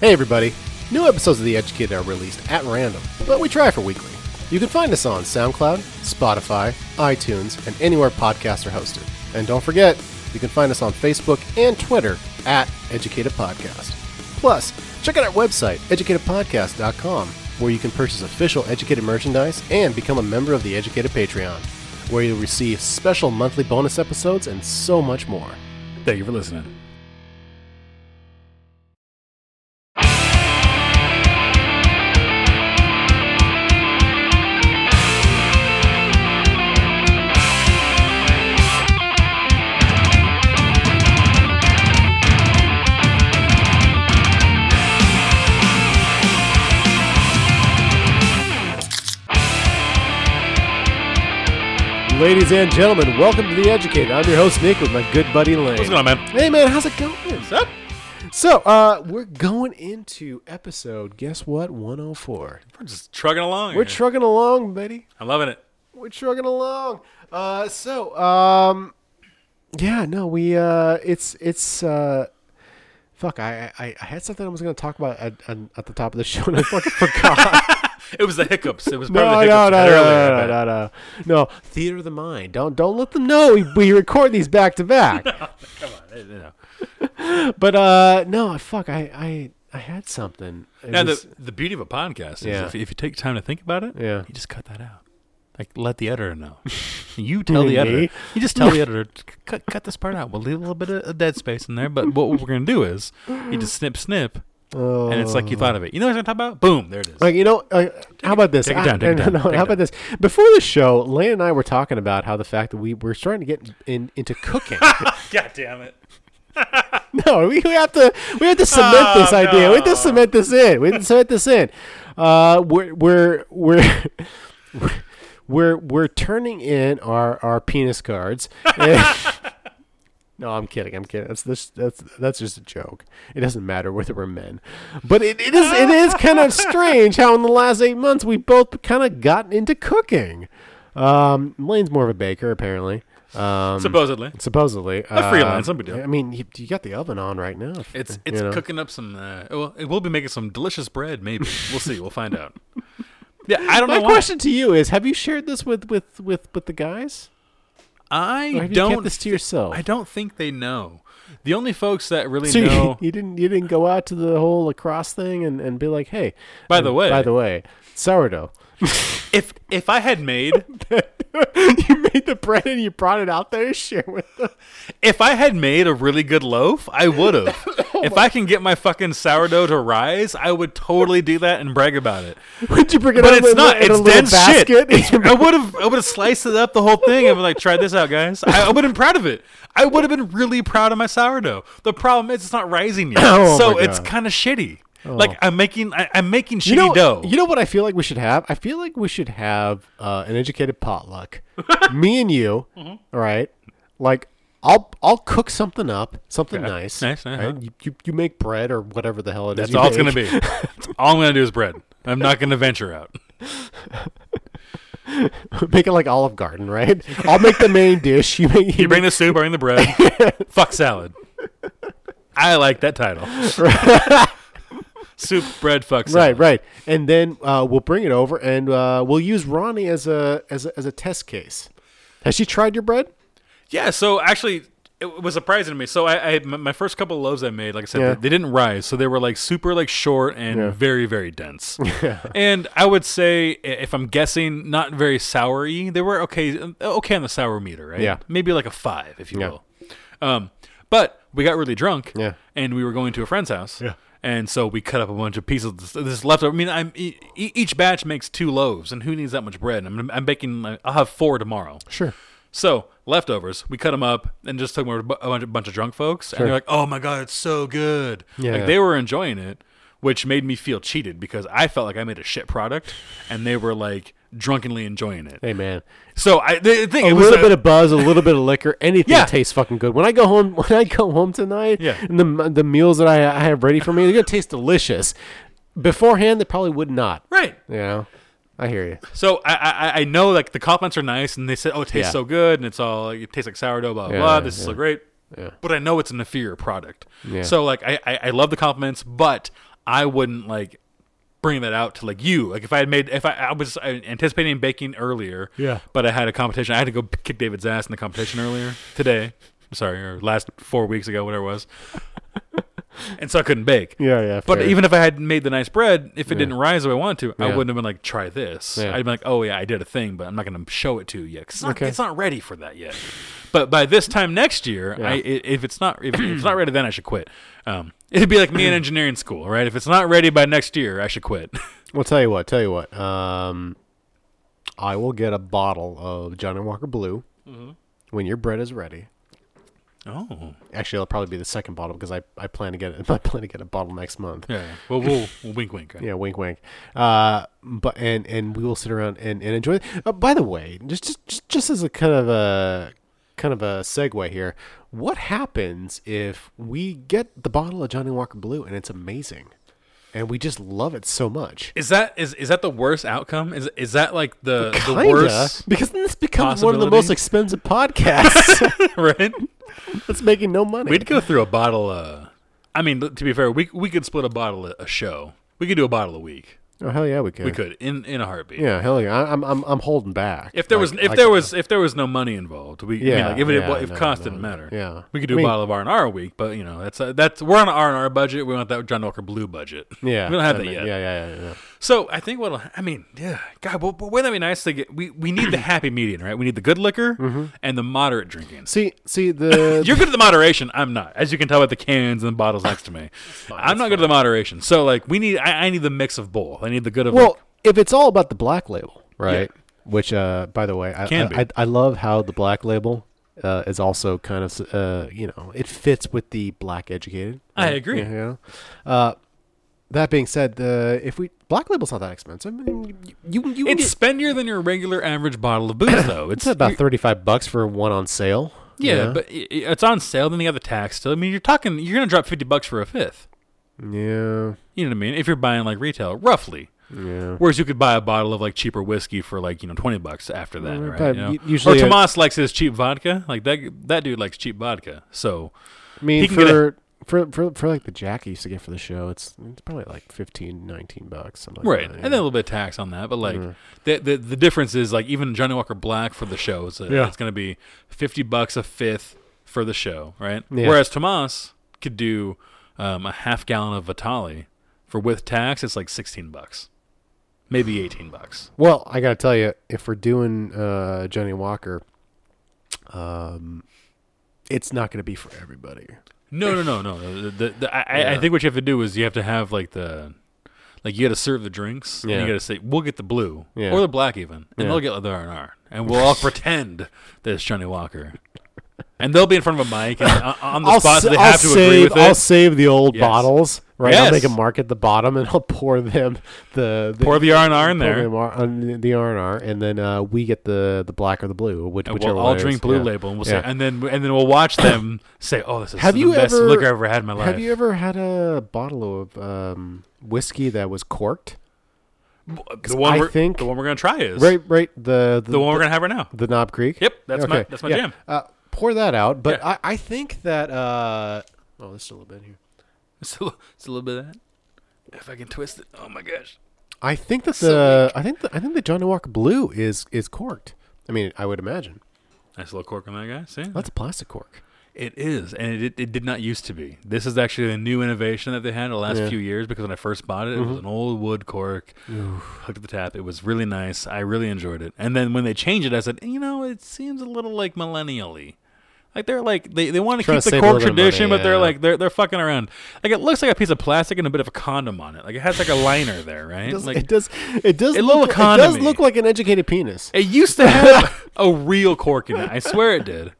Hey everybody! New episodes of The Edge Kid are released at random, but we try for weekly. You can find us on SoundCloud, Spotify, iTunes, and anywhere podcasts are hosted. And don't forget, you can find us on Facebook and Twitter at Educated Podcast. Plus, check out our website, educatedpodcast.com, where you can purchase official Educated merchandise and become a member of the Educated Patreon, where you'll receive special monthly bonus episodes and so much more. Thank you for listening. Ladies and gentlemen, welcome to The Educated. I'm your host, Nick, with my good buddy Lane. What's going on, man? Hey man, how's it going? up? So, uh, we're going into episode, guess what, 104. We're just trugging along. We're here. trugging along, buddy. I'm loving it. We're trugging along. Uh, so, um, yeah, no, we, uh, it's, it's, uh, fuck, I, I, I had something I was going to talk about at, at, at the top of the show and I fucking forgot. It was the hiccups. It was no, part no, of the no, no, hiccups we had earlier. no, but- no, no, no. Theater of the mind. Don't, don't let them know we, we record these back to back. Come on. uh, you know. But, uh, no, fuck, I, I, I had something. It Now, was- the, the beauty of a podcast is Yeah. if, if you take time to think about it, Yeah. you just cut that out. Like, let the editor know. You tell the Me? editor. You just tell the editor, "C- cut, cut this part out. We'll leave a little bit of of dead space in there. But what we're going to do is you just snip, snip, oh. and it's like you thought of it. You know what I'm talking about? Boom, there it is. Like you know, uh, how about this? take it down, I- take it no, down, no, take it how about down. this? Before the show, Lane and I were talking about how the fact that we were starting to get in, into cooking. God damn it. no, we, we have to we have to cement this Oh, idea. We have no. to cement this in. We have to cement this in. Uh, we're we're we're. We're we're turning in our, our penis cards. no, I'm kidding. I'm kidding. That's this, that's that's just a joke. It doesn't matter whether we're men, but it, it is it is kind of strange how in the last eight months we both kind of gotten into cooking. Um, Lane's more of a baker apparently. Um, Supposedly. Supposedly, uh, A freelance, I'm a deal. I mean, you, you got the oven on right now. It's you it's know. cooking up some. Uh, well, it will be making some delicious bread. Maybe we'll see. We'll find out. Yeah, I don't My know. why. question to you is: Have you shared this with with with with the guys? Or I have you don't. kept this to yourself? I don't think they know. The only folks that really so you, know. you didn't you didn't go out to the whole lacrosse thing and, and be like, hey, By and the way- by the way, sourdough. if if I had made you made the bread and you brought it out there to share with them. if I had made a really good loaf, I would have. Oh if I can get my fucking sourdough to rise, I would totally do that and brag about it. Would you bring it But up it's in, a- not. in a It's little dense shit. basket? I would have. I would have sliced it up the whole thing. and been like, try this out, guys. I, I would have been proud of it. I would have been really proud of my sourdough. The problem is, it's not rising yet, Oh, so my it's God. Oh. kind of shitty. Like I'm making. I, I'm making shitty you know, dough. You know what I feel like we should have? I feel like we should have uh, an educated potluck. Me and you, Mm-hmm. all right? Like I'll I'll cook something up, something nice. Nice, uh-huh. right? you, you you make bread or whatever the hell it is. That's you all it's bake. gonna be. That's all I'm gonna do is bread. I'm not gonna venture out. make it like Olive Garden, right? I'll make the main dish. You make You bring the soup, I bring the bread. Fuck salad. I like that title. soup, bread, fuck Right, salad. right, and then uh, we'll bring it over, and uh, we'll use Ronnie as a as a, as a test case. Has she tried your bread? Yeah. So actually, it was surprising to me. So I, I had- my- my first couple of loaves I made, like I said, Yeah. they, they didn't rise, so they were like super like short and very very dense. and I would say, i- if I'm guessing, not very soury. They were okay, okay on the sour meter, right? Yeah. Maybe like a five, if you Yeah. will. Um, but we got really drunk. Yeah. And we were going to a friend's house. Yeah. And so we cut up a bunch of pieces. of This, this leftover. I mean, I'm e- e- each batch makes two loaves, and who needs that much bread? I'm, I'm baking. Like, I'll have four tomorrow. Sure. So leftovers, we cut them up and just took them over to bu- a bunch of, bunch of drunk folks, and they're like, "Oh my god, it's so good!" Yeah. Like they were enjoying it, which made me feel cheated because I felt like I made a shit product, and they were like drunkenly enjoying it. Hey man, So I the thing a it was little a- bit of buzz, a little bit of liquor. Anything Yeah. tastes fucking good. When I go home, when I go home tonight, Yeah. and the the meals that I, I have ready for me, they're gonna taste delicious. Beforehand, they probably would not. right. You know, I hear you. So I, I I know like the compliments are nice, and they said, "Oh, it tastes Yeah. so good," and it's all like, it tastes like sourdough, blah blah. Yeah, blah. This is yeah. so great. Yeah. But I know it's an inferior product. Yeah. So like I, I I love the compliments, but I wouldn't like bring that out to like you. Like if I had made if I, I was uh, anticipating baking earlier, Yeah. But I had a competition. I had to go kick David's ass in the competition earlier today. Sorry, or last four weeks ago, whatever it was. and so I couldn't bake. Yeah, yeah. But fair. even if I had made the nice bread, if it didn't rise the way I wanted to, I Yeah. wouldn't have been like, try this. Yeah. I'd been like, oh yeah, I did a thing, but I'm not going to show it to you yet 'cause it's not, Okay. it's not ready for that yet. But by this time next year, I, i- if it's not if it's not ready, then I should quit. Um, it'd be like me in engineering school, right? If it's not ready by next year, I should quit. Well, tell you what, tell you what. Um, I will get a bottle of Johnny Walker Blue Mm-hmm. when your bread is ready. oh, Actually, it'll probably be the second bottle because I, I plan to get it. I plan to get a bottle next month. yeah. Well, we'll, we'll wink, wink. right? Yeah, wink, wink. Uh, but and and we will sit around and, and enjoy. It. Uh, by the way, just, just just just as a kind of a kind of a segue here, what happens if we get the bottle of Johnny Walker Blue and it's amazing, and we just love it so much? Is that is is that the worst outcome? Is is that like the the Kinda, worst? because then this becomes one of the most possibility? expensive podcasts. right? That's making no money. We'd go through a bottle. Uh, I mean, to be fair, we we could split a bottle a, a show. We could do a bottle a week. oh hell yeah, we could. We could in in a heartbeat. Yeah, hell yeah. I, I'm I'm I'm holding back. If there Like- was if like- there was if there was no money involved, we yeah, Yeah, like, if it, yeah, if no, cost no, didn't matter, yeah. we could do I mean- a bottle of R and R a week. But you know, that's uh that's we're on an R and R budget. We want that John Walker Blue budget. yeah, we don't have I that mean, yet. Yeah, yeah, yeah, yeah. So I think what'll I mean, yeah, God, but, but wouldn't that be nice to get? We we need the happy median, right? We need the good liquor Mm-hmm. and the moderate drinking. See, see the You're good at the moderation. I'm not, as you can tell with the cans and the bottles next to me. I'm not good at the moderation. So like, we need. I, I need the mix of both. I need the good of Well, like, if it's all about the black label, right? Which, uh, by the way, I, Can I, I, be. I love how the black label uh, is also kind of, uh, you know, it fits with the black educated. I right? agree. You know? uh, that being said, the if we black label's not that expensive. I mean, you, you, you It's spendier than your regular average bottle of booze, though. It's it's about thirty five bucks for one on sale. you Yeah, know? but i- i- it's on sale. Then you got the tax still. I mean, you're talking. You're gonna drop fifty bucks for a fifth. yeah, You know what I mean? If you're buying like retail, roughly. yeah. Whereas you could buy a bottle of like cheaper whiskey for like you know twenty bucks after that, Mm, right? but you know? u- usually or a- Tomas likes his cheap vodka. Like that that dude likes cheap vodka. So I mean, He can get a- for, for for for like the jack I used to get for the show, it's it's probably like 15, 19 bucks. Something like right, that, Mm-hmm. and you then a know? little bit of tax on that. But like the, the the difference is like even Johnny Walker Black for the show is uh Yeah. it's gonna be fifty bucks a fifth for the show, right? Yeah. Whereas Tomas could do um, a half gallon of Vitali for with tax. It's like sixteen bucks, maybe eighteen bucks. Well, I gotta tell you, if we're doing uh, Johnny Walker, um, it's not gonna be for everybody. No, no, no, no. The, the, the, I, I- Yeah. I think what you have to do is you have to have like the, like you got to serve the drinks. And Yeah. you got to say we'll get the blue Yeah. or the black even, and Yeah. they'll get the R and R, and we'll all pretend that it's Johnny Walker, and they'll be in front of a mic and on- on the spot. so sa- they have to agree save with I'll it. save the old Yes. bottles. Right, I'll make a Yes. mark at the bottom, and I'll pour them the, the Pour the R and R in pour there, them ar- on the R and R, and then uh, we get the the black or the blue, which, and whichever we'll all one it drink is. Blue Yeah. Label, and we'll Yeah. say, and then and then we'll watch them say, "Oh, this is Have the you best ever- liquor I have ever had in my life." Have you ever had a bottle of um, whiskey that was corked? the one I we're, think- the one we're gonna try is Right, right. The the, the one we're gonna have right now. the Knob Creek. Yep, that's my- that's my yeah. jam. Uh, pour that out, but Yeah. I, I think that uh, oh, there's still a bit here. It's a, li- it's a little bit of that. If I can twist it, oh my gosh. I think that the I think the, I think the Johnny Walker Blue is is corked. I mean, I would imagine Nice little cork on that guy. See, that's a plastic cork. it is, and it, it, did not used to be. This is actually a new innovation that they had in the last Yeah. Mm-hmm. few years. Because when I first bought it, it was an old wood cork hooked at the tap. It was really nice. I really enjoyed it. And then when they changed it, I said, you know, it seems a little like millennially. Like they're like they, they want to Trying keep to the save a cork little bit of tradition, money, but they're yeah. like they're they're fucking around. Like it looks like a piece of plastic and a bit of a condom on it. Like it has like a liner there, right? It does, like it does it does a little look, it does economy. look like an educated penis. It used to have a real cork in it. I swear it did.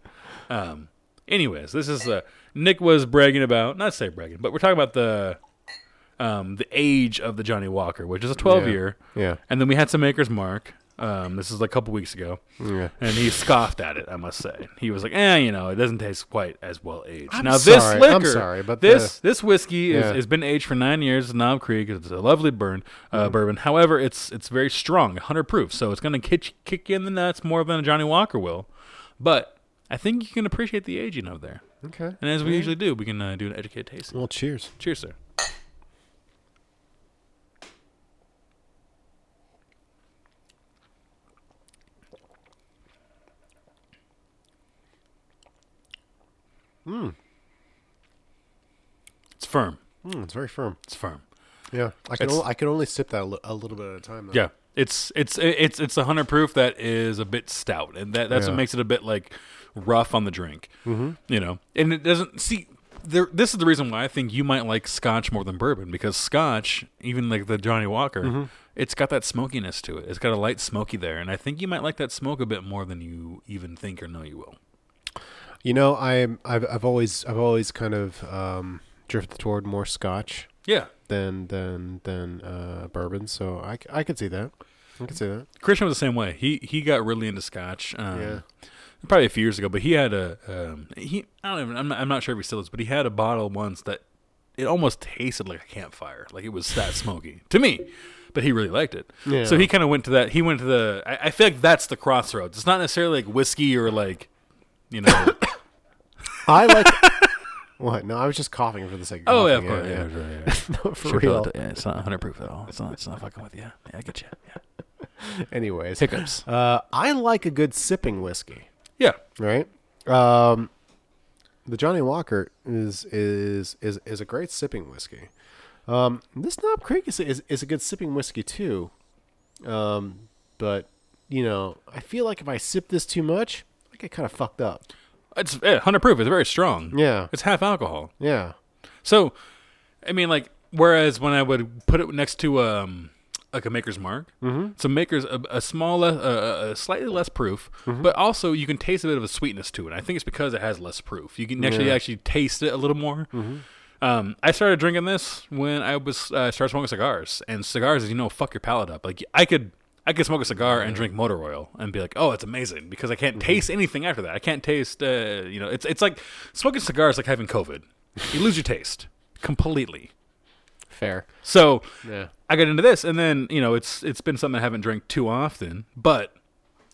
Um, anyways, this is uh, Nick was bragging about not say bragging, but we're talking about the um, the age of the Johnny Walker, which is a 12 Yeah. year. Yeah. And then we had some Maker's Mark. Um, this is a couple weeks ago, Yeah. and he scoffed at it. I must say, he was like, "Eh, you know, it doesn't taste quite as well aged." I'm now sorry. this liquor, I'm sorry, but this this whiskey Yeah. is, has been aged for nine years. Knob Creek It's a lovely burn uh, Mm. bourbon. However, it's it's very strong, 100 proof, so it's going to kick kick you in the nuts more than a Johnny Walker will. But I think you can appreciate the aging of there, Okay. and as we usually do, we can uh, do an educated taste. Well, cheers. Cheers, sir. Hmm. Mm, it's very firm. It's firm. Yeah, I can It's- only, I can only sip that a li- a little bit at a time. Though. Yeah, it's it's it's it's a hundred proof that is a bit stout, and that that's Yeah. what makes it a bit like rough on the drink. Mm-hmm. You know, and it doesn't see. There, this is the reason why I think you might like Scotch more than bourbon because Scotch, even like the Johnny Walker, it's got that smokiness to it. It's got a light smoky there, and I think you might like that smoke a bit more than you even think or know you will. You know, I'm I've I've always I've always kind of um, drifted toward more Scotch Yeah, than than than uh, bourbon, so I, c- I could see that. I could see that. Christian was the same way. He he got really into Scotch. Um, Yeah. Probably a few years ago, but he had a um, he I don't even I'm not, I'm not sure if he still is, but he had a bottle once that it almost tasted like a campfire, like it was that smoky to me. But he really liked it, Yeah. so he kind of went to that. He went to the. I, I feel like that's the crossroads. It's not necessarily like whiskey or like, you know. I like. what? No, I was just coughing for the sake. Of oh yeah, of coughing, course. Yeah, yeah, yeah. no, for Sure, real. but, yeah, it's not 100 proof at all. It's not. It's not fucking with you. Yeah, I get you. Yeah. Anyways, Hiccups. Uh, I like a good sipping whiskey. Yeah. right? Um, the Johnny Walker is is is is a great sipping whiskey. Um, this Knob Creek is, is is a good sipping whiskey too. Um, but you know, I feel like if I sip this too much, I get kind of fucked up. It's yeah, 100 proof. It's very strong. Yeah, It's half alcohol. yeah, So, I mean, like, whereas when I would put it next to um like a Maker's Mark, mm-hmm. so Maker's a, a small, le- a, a- a slightly less proof, but also you can taste a bit of a sweetness to it. I think it's because it has less proof. You can actually actually taste it a little more. Um, I started drinking this when I was uh, started smoking cigars, and cigars, as you know, fuck your palate up. Like I could. I could smoke a cigar and drink motor oil and be like, "Oh, it's amazing!" Because I can't taste anything after that. I can't taste, uh, you know, it's it's like smoking cigars like having COVID. You lose your taste completely. fair. So Yeah, I got into this, and then you know it's it's been something I haven't drank too often, but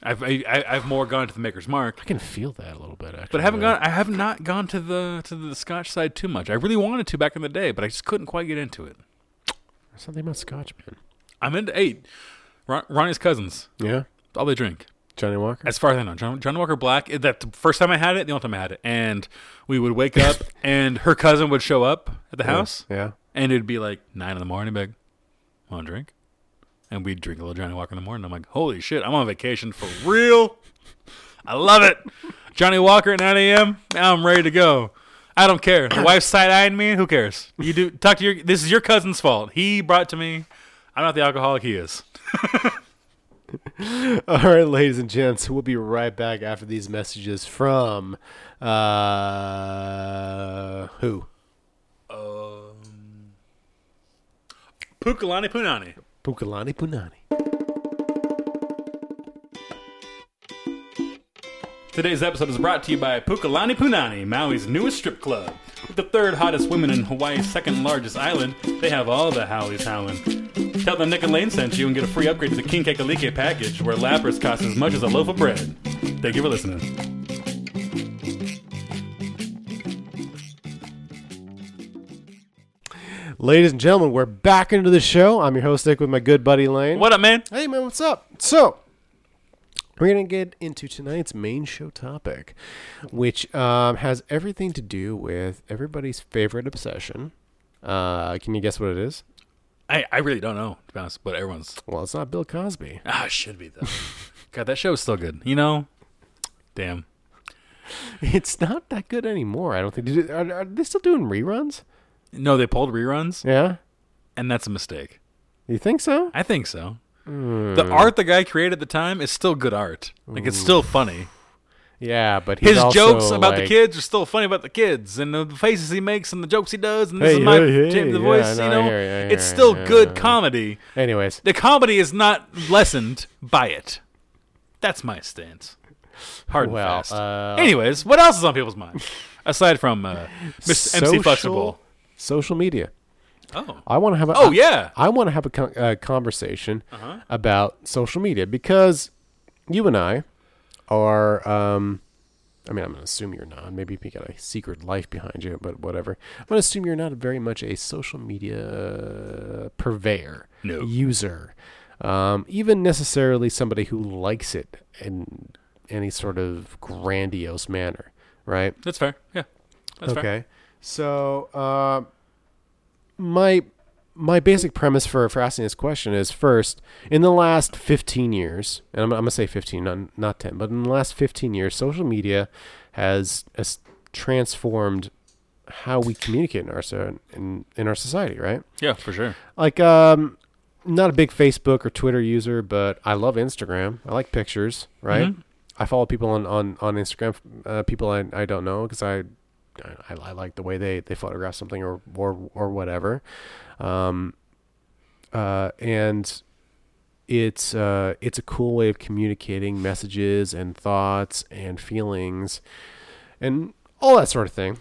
I've I, I- I've more gone to the Maker's Mark, I can feel that a little bit actually. but I haven't gone I have not gone to the to the Scotch side too much. I really wanted to back in the day, but I just couldn't quite get into it. There's something about Scotch, man. I'm into eight. Ron, Ronnie's cousins, Yeah, all they drink. Johnny Walker. As far as I know, John, John Walker Black. eh, That the first time I had it, the only time I had it, and we would wake up, and her cousin would show up at the house, Yeah, And it'd be like nine in the morning, big. Want a drink? And we'd drink a little Johnny Walker in the morning. I'm like, holy shit, I'm on vacation for real. I love it. Johnny Walker at 9 a.m. Now I'm ready to go. I don't care. The wife's side eyeing me. Who cares? You do talk to your. This is your cousin's fault. He brought to me. I'm not the alcoholic he is. All right, ladies and gents, we'll be right back after these messages from uh, who? Um, Pukalani Punani. Pukalani Punani. Today's episode is brought to you by Pukalani Punani, Maui's newest strip club. With the third hottest women in Hawaii's second largest island, they have all the howlies howling. Tell them Nick and Lane sent you and get a free upgrade to the King Kekalike package, where lappers cost as much as a loaf of bread. Thank you for listening. Ladies and gentlemen, we're back into the show. I'm your host, Nick, with my good buddy Lane. What up, man? Hey, man, what's up? So, we're going to get into tonight's main show topic, which um, has everything to do with everybody's favorite obsession. Uh, can you guess what it is? I, I really don't know, to be honest, but everyone's. Well, it's not Bill Cosby. Ah, it should be, though. God, that show is still good. You know? Damn. It's not that good anymore. I don't think. Did- Are, are they still doing reruns? No, they pulled reruns, Yeah. and that's a mistake. You think so? I think so. The Hmm. art the guy created at the time is still good art. Like, it's still funny. Yeah, but he's his jokes also, about the like- kids are still funny about the kids and the faces he makes and the jokes he does and this Hey, is my hey, hey, James the yeah, voice no, you I know hear you, I hear it's you, still yeah. good comedy Anyways, the comedy is not lessened by it that's my stance hard and Well, fast uh, anyways what else is on people's minds aside from uh, Miss MC Flexible social media. oh I want to have a oh yeah Uh-huh. I want to have a con- uh, conversation about social media because you and I are. Um, I mean, I'm going to assume you're not. Maybe you got a secret life behind you, but whatever. I'm going to assume you're not very much a social media purveyor, No. user, um, even necessarily somebody who likes it in any sort of grandiose manner, right? that's fair yeah that's fair okay. So, uh, my my basic premise for, for asking this question is first in the last 15 years and i'm, I'm going to say 15 not, not 10 but in the last 15 years social media has, has transformed how we communicate in our so- in, in our society right Yeah, for sure. like um not a big facebook or twitter user but i love instagram i like pictures right i follow people on on on instagram uh, people i, I don't know because I, I i like the way they they photograph something or or or whatever um uh and it's uh it's a cool way of communicating messages and thoughts and feelings and all that sort of thing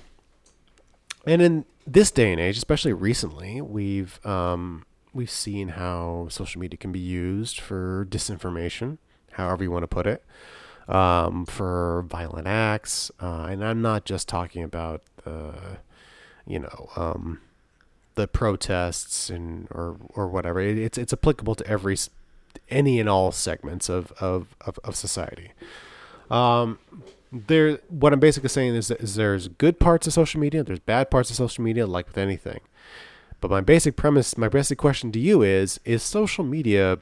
and in this day and age, especially recently, we've um, we've seen how social media can be used for disinformation, however you want to put it, um, for violent acts. Uh, and I'm not just talking about uh, you know um, the protests and or or whatever. It, it's it's applicable to every s- any and all segments of of of, of society there what i'm basically saying is that is there's good parts of social media there's bad parts of social media like with anything but my basic premise my basic question to you is is social media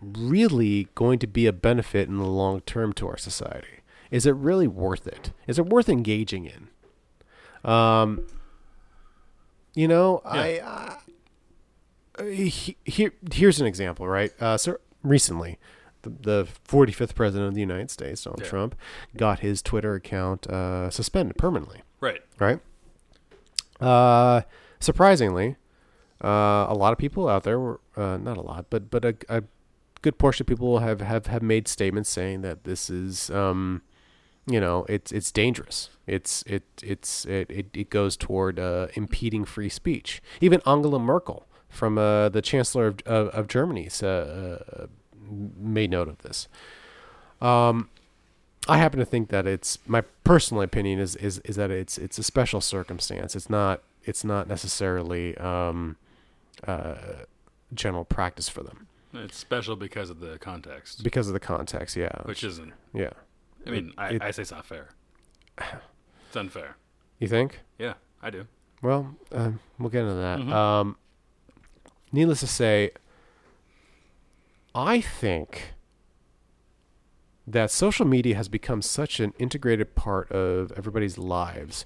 really going to be a benefit in the long term to our society is it really worth it is it worth engaging in um you know i Uh, he, here here's an example, right? Uh, so recently, the, the 45th president of the United States, Donald Yeah. Trump, got his Twitter account uh, suspended permanently, Right. right? Uh, surprisingly, uh, a lot of people out there were uh, not a lot, but but a, a good portion of people have, have have made statements saying that this is um, you know it's it's dangerous. It's it it's it it, it goes toward uh, impeding free speech. Even Angela Merkel from uh, the Chancellor of of, of Germany's uh, uh, made note of this. I happen to think that it's my personal opinion is is, is that it's it's a special circumstance. It's not it's not necessarily um, uh, general practice for them It's special because of the context, because of the context. Yeah, which isn't. yeah. I mean, I, it- I say it's not fair. It's unfair. You think? Yeah, I do. Well, um, we'll get into that. Um, needless to say, I think that social media has become such an integrated part of everybody's lives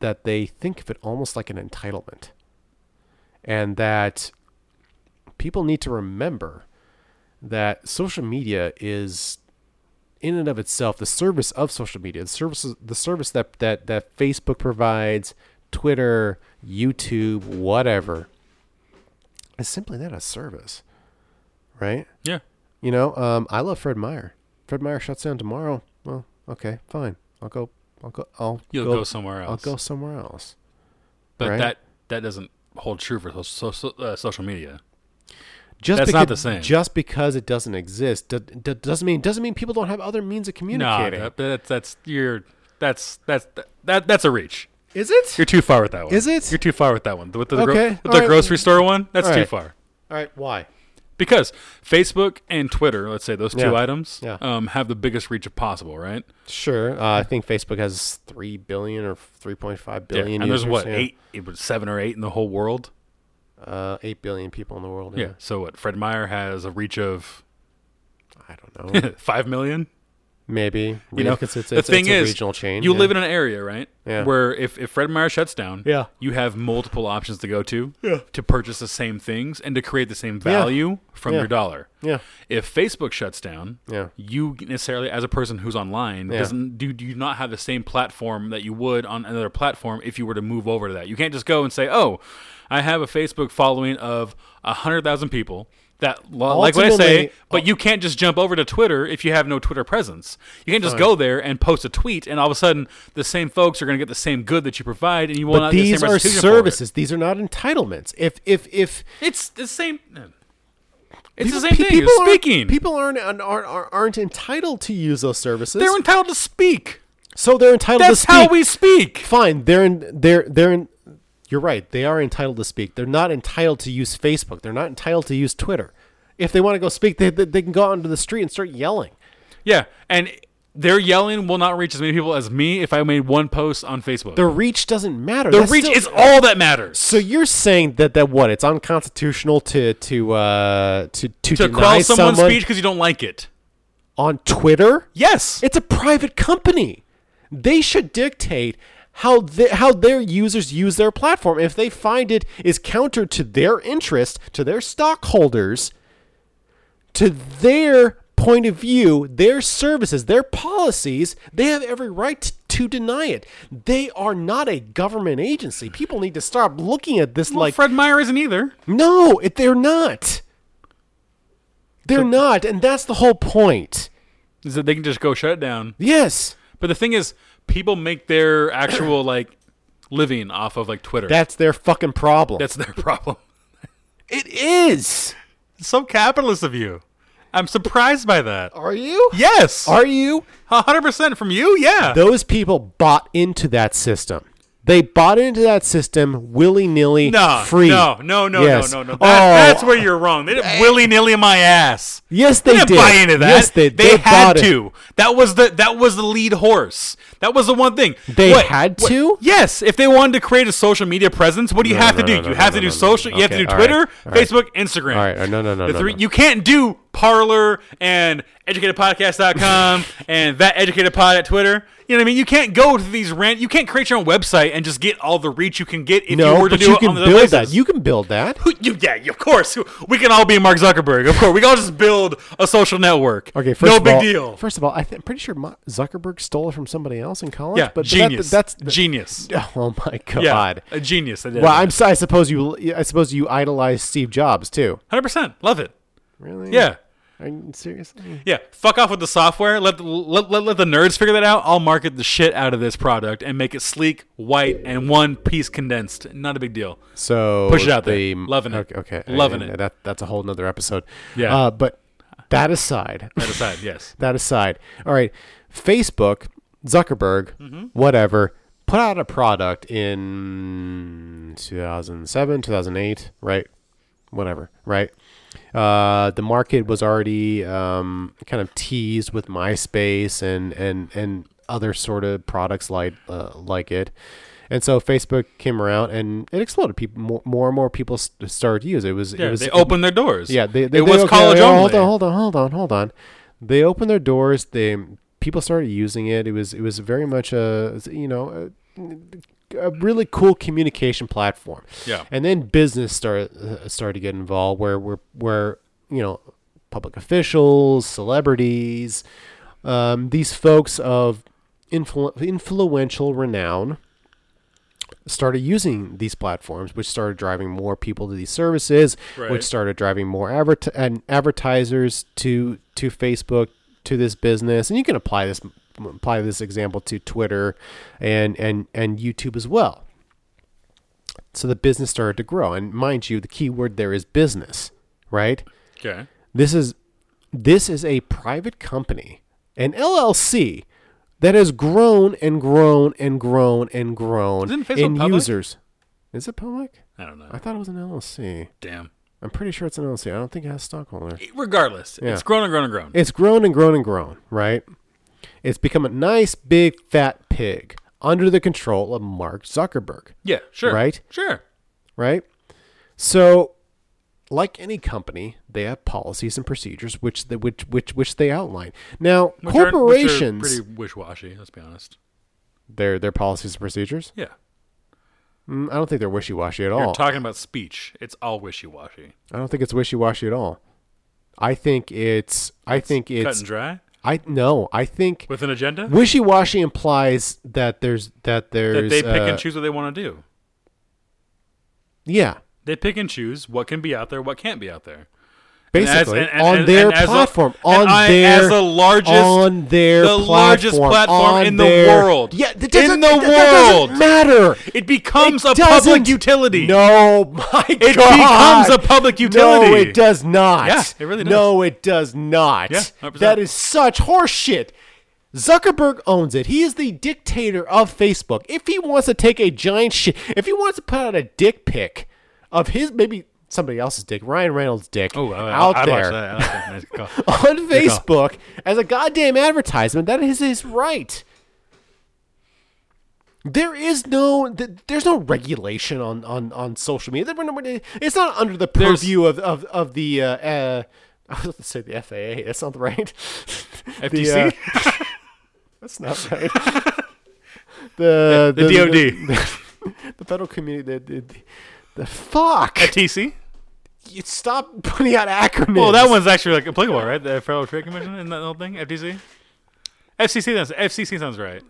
that they think of it almost like an entitlement. And that people need to remember that social media is in and of itself the service of social media the services the service that that that facebook provides twitter youtube whatever is simply not a service right Yeah. you know um i love fred meyer fred meyer shuts down tomorrow well okay fine i'll go i'll go i'll You'll go, go, somewhere else. i'll go somewhere else but right? that that doesn't hold true for so, so, uh, social media. just That's because, not the same. just because it doesn't exist do, do, doesn't mean doesn't mean people don't have other means of No, communicating that, that's that's you're that's that's that that's a reach. is it You're too far with that one. Is it? You're too far with that one. With the, gro- Okay, with all the right. grocery store one, that's All too right. far. all right why Because Facebook and Twitter, let's say those two Yeah. items, Yeah. um, have the biggest reach possible, right? Sure, uh, I think Facebook has three billion or three point five billion. and there's users, what yeah. eight, it was seven or eight in the whole world. uh, eight billion people in the world. Yeah. So what? Fred Meyer has a reach of I don't know, five million. maybe You know, because it's, the it's, thing it's a is, regional chain. you yeah. live in an area, right? Yeah. Where if, if Fred Meyer shuts down, Yeah. you have multiple options to go to to purchase the same things and to create the same value from Yeah. your dollar. yeah, If Facebook shuts down, Yeah. you necessarily, as a person who's online, Yeah. doesn't do do you not have the same platform that you would on another platform if you were to move over to that. You can't just go and say, "Oh, I have a Facebook following of hundred thousand people." That lo- like what I say, Ultimately- but you can't just jump over to Twitter if you have no Twitter presence. You can't just go there and post a tweet, and all of a sudden, the same folks are going to get the same good that you provide, and you will but not get the these same are restitution for it. services. These are not entitlements. If if if It's the same. It's people- the same pe- thing. people You're aren't- speaking. people aren't aren't aren't aren't entitled to use those services. They're entitled to speak. so they're entitled to That's speak. how we speak. Fine, they're in they're they're in. You're right. They are entitled to speak. They're not entitled to use Facebook. They're not entitled to use Twitter. If they want to go speak, they, they, they can go out into the street and start yelling. Yeah, and Their yelling will not reach as many people as me if I made one post on Facebook. The reach doesn't matter. The That's reach still- is all that matters. So you're saying that that what it's unconstitutional to to uh, to to, To deny quell someone's someone speech because you don't like it. on Twitter? Yes. It's a private company. They should dictate how the, how their users use their platform. If they find it is counter to their interest, to their stockholders, to their point of view, their services, their policies, they have every right to deny it. They are not a government agency. People need to stop looking at this like like Fred Meyer isn't either. no, it, they're not. They're not, and that's the whole point. Is that they can just go shut it down. Yes. But the thing is, people make their actual like living off of like Twitter. That's their fucking problem. That's their problem. it is. so capitalist of you. I'm surprised by that. Are you? Yes. Are you? 100% from you? Yeah. Those people bought into that system. They bought into that system willy nilly, No, free. no, no, no, Yes. no, no, no. That, oh, That's where you're wrong. They didn't willy nilly my ass. Yes, they didn't did. buy into that. Yes, they- they had bought it. to. That was the that was the lead horse. That was the one thing. They had to? Yes, if they wanted to create a social media presence, what do you No, have no, to do? no, no, you have no, to do no, no, social. no. You have to Okay, do all right, Twitter, all right. Facebook, Instagram. All right, uh, no, no, no, The no, three- no. You can't do Parlor and EducatedPodcast.com and that Educated Pod at Twitter. You know what I mean? You can't go to these rant. You can't create your own website and just get all the reach you can get if you no, were to but do you it can on the build other places. that. You can build that. Who- you- yeah, of course. We can all be Mark Zuckerberg. Of course, we can all just build a social network. Okay, first no of big all, deal. First of all, I th- I'm pretty sure Ma- Zuckerberg stole it from somebody else in college. yeah, but but that- genius. that's genius. Oh my god. Yeah, a genius. That did Well, I'm. si- I suppose you. I suppose you idolize Steve Jobs too. hundred percent love it. Really? Yeah, Are you, seriously? yeah. Fuck off with the software. Let the, let, let let the nerds figure that out. I'll market the shit out of this product and make it sleek, white, and one piece condensed. Not a big deal. So Push it out there. the- Loving it. Okay, okay. Loving And it. That, that's a whole nother episode. Yeah. Uh, but that aside, That aside, yes. that aside. All right. Facebook, Zuckerberg, Mm-hmm. whatever, put out a product in 2007, 2008, right? Whatever, right? Uh, the market was already um, kind of teased with MySpace and and and other sort of products like uh, like it, and so Facebook came around and it exploded. People more, more and more people s- started to use it. it was Yeah, it was they opened their doors. yeah, they, they, it they- was okay, college yeah, only. Hold on, hold on, hold on, hold on. They opened their doors. They people started using it. It was it was very much a you know a, a really cool communication platform. Yeah. And then business started uh, started to get involved, where where where you know public officials, celebrities, um, these folks of influ- influential renown started using these platforms, which started driving more people to these services, Right. which started driving more advert- and advertisers to to Facebook to this business. And you can apply this apply this example to Twitter and and and YouTube as well. So the business started to grow, and mind you, the key word there is business, right? Okay. This is this is a private company, an LLC that has grown and grown and grown and grown Isn't Facebook in public? users. Is it public? I don't know. I thought it was an LLC. Damn. I'm pretty sure it's an LLC. I don't think it has stockholder. Regardless, Yeah. it's grown and grown and grown. It's grown and grown and grown, right? It's become a nice big fat pig under the control of Mark Zuckerberg. yeah, sure. Right? Sure. right? So, like any company, they have policies and procedures which they, which which which they outline. Now, Which are- which are corporations pretty wishy-washy. Let's be honest. their their policies and procedures. Yeah, Mm, I don't think they're wishy washy at you're all. talking about speech. It's all wishy-washy. I don't think it's wishy washy at all. I think it's I think Cut it's and dry I no I think with an agenda wishy washy implies that there's that there's that they pick uh, and choose what they want to do. yeah They pick and choose what can be out there, what can't be out there. And as- basically and- and- on and- their and as a- platform and on I- their as the largest on their the platform, largest platform on in the their- world. yeah that In doesn't- the that doesn't world. matter It becomes a doesn't- public utility. no my It God. becomes a public no utility. it does not Yeah, it really does. no it does not Yeah, 100%. that is such horseshit Zuckerberg owns it. He is the dictator of Facebook. If he wants to take a giant shit, if he wants to put out a dick pic of his, maybe somebody else's dick, Ryan Reynolds' dick, Oh, I, out I, I'd there Watch that. I'd watch that. Nice call. on Facebook as a goddamn advertisement. That is his right. There is no th- there's no regulation on on on social media. There- we're- we're- It's not under the There's- purview of of of the. Uh, uh, I was going to say the FAA. That's not right. The, FTC? uh, that's not right. the, The DOD. the federal community. The, the, the, the fuck! TC? You stop putting out acronyms. Well, that one's actually like applicable, right? The Federal Trade Commission and that whole thing, FTC. FCC sounds FCC sounds right.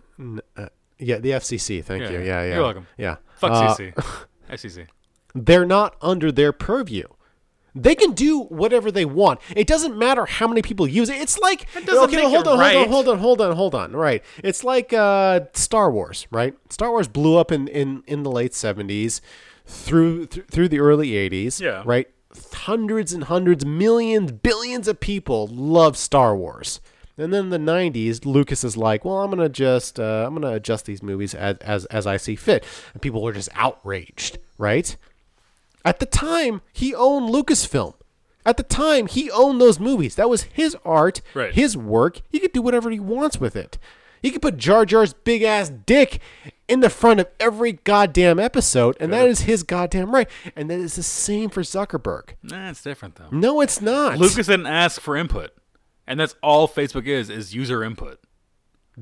Yeah, the FCC. Thank Yeah, you. Yeah, yeah. you're welcome. Yeah. Fuck Uh, CC. FCC. They're not under their purview. They can do whatever they want. It doesn't matter how many people use it. It's like doesn't okay, make hold it on, right. hold on, hold on, hold on, hold on. Right. It's like uh, Star Wars, right? Star Wars blew up in in, in the late seventies, through th- through the early eighties. Yeah. Right. Hundreds and hundreds, millions, billions of people love Star Wars. And then in the '90s, Lucas is like, "Well, I'm gonna just, uh, I'm gonna adjust these movies as, as as I see fit," and people were just outraged, right? At the time, he owned Lucasfilm. At the time, he owned those movies. That was his art, Right. his work. He could do whatever he wants with it. He could put Jar Jar's big ass dick in the front of every goddamn episode, and that is his goddamn right. And that is the same for Zuckerberg. Nah, it's different though. No, it's not. Lucas didn't ask for input, and that's all Facebook is is user input.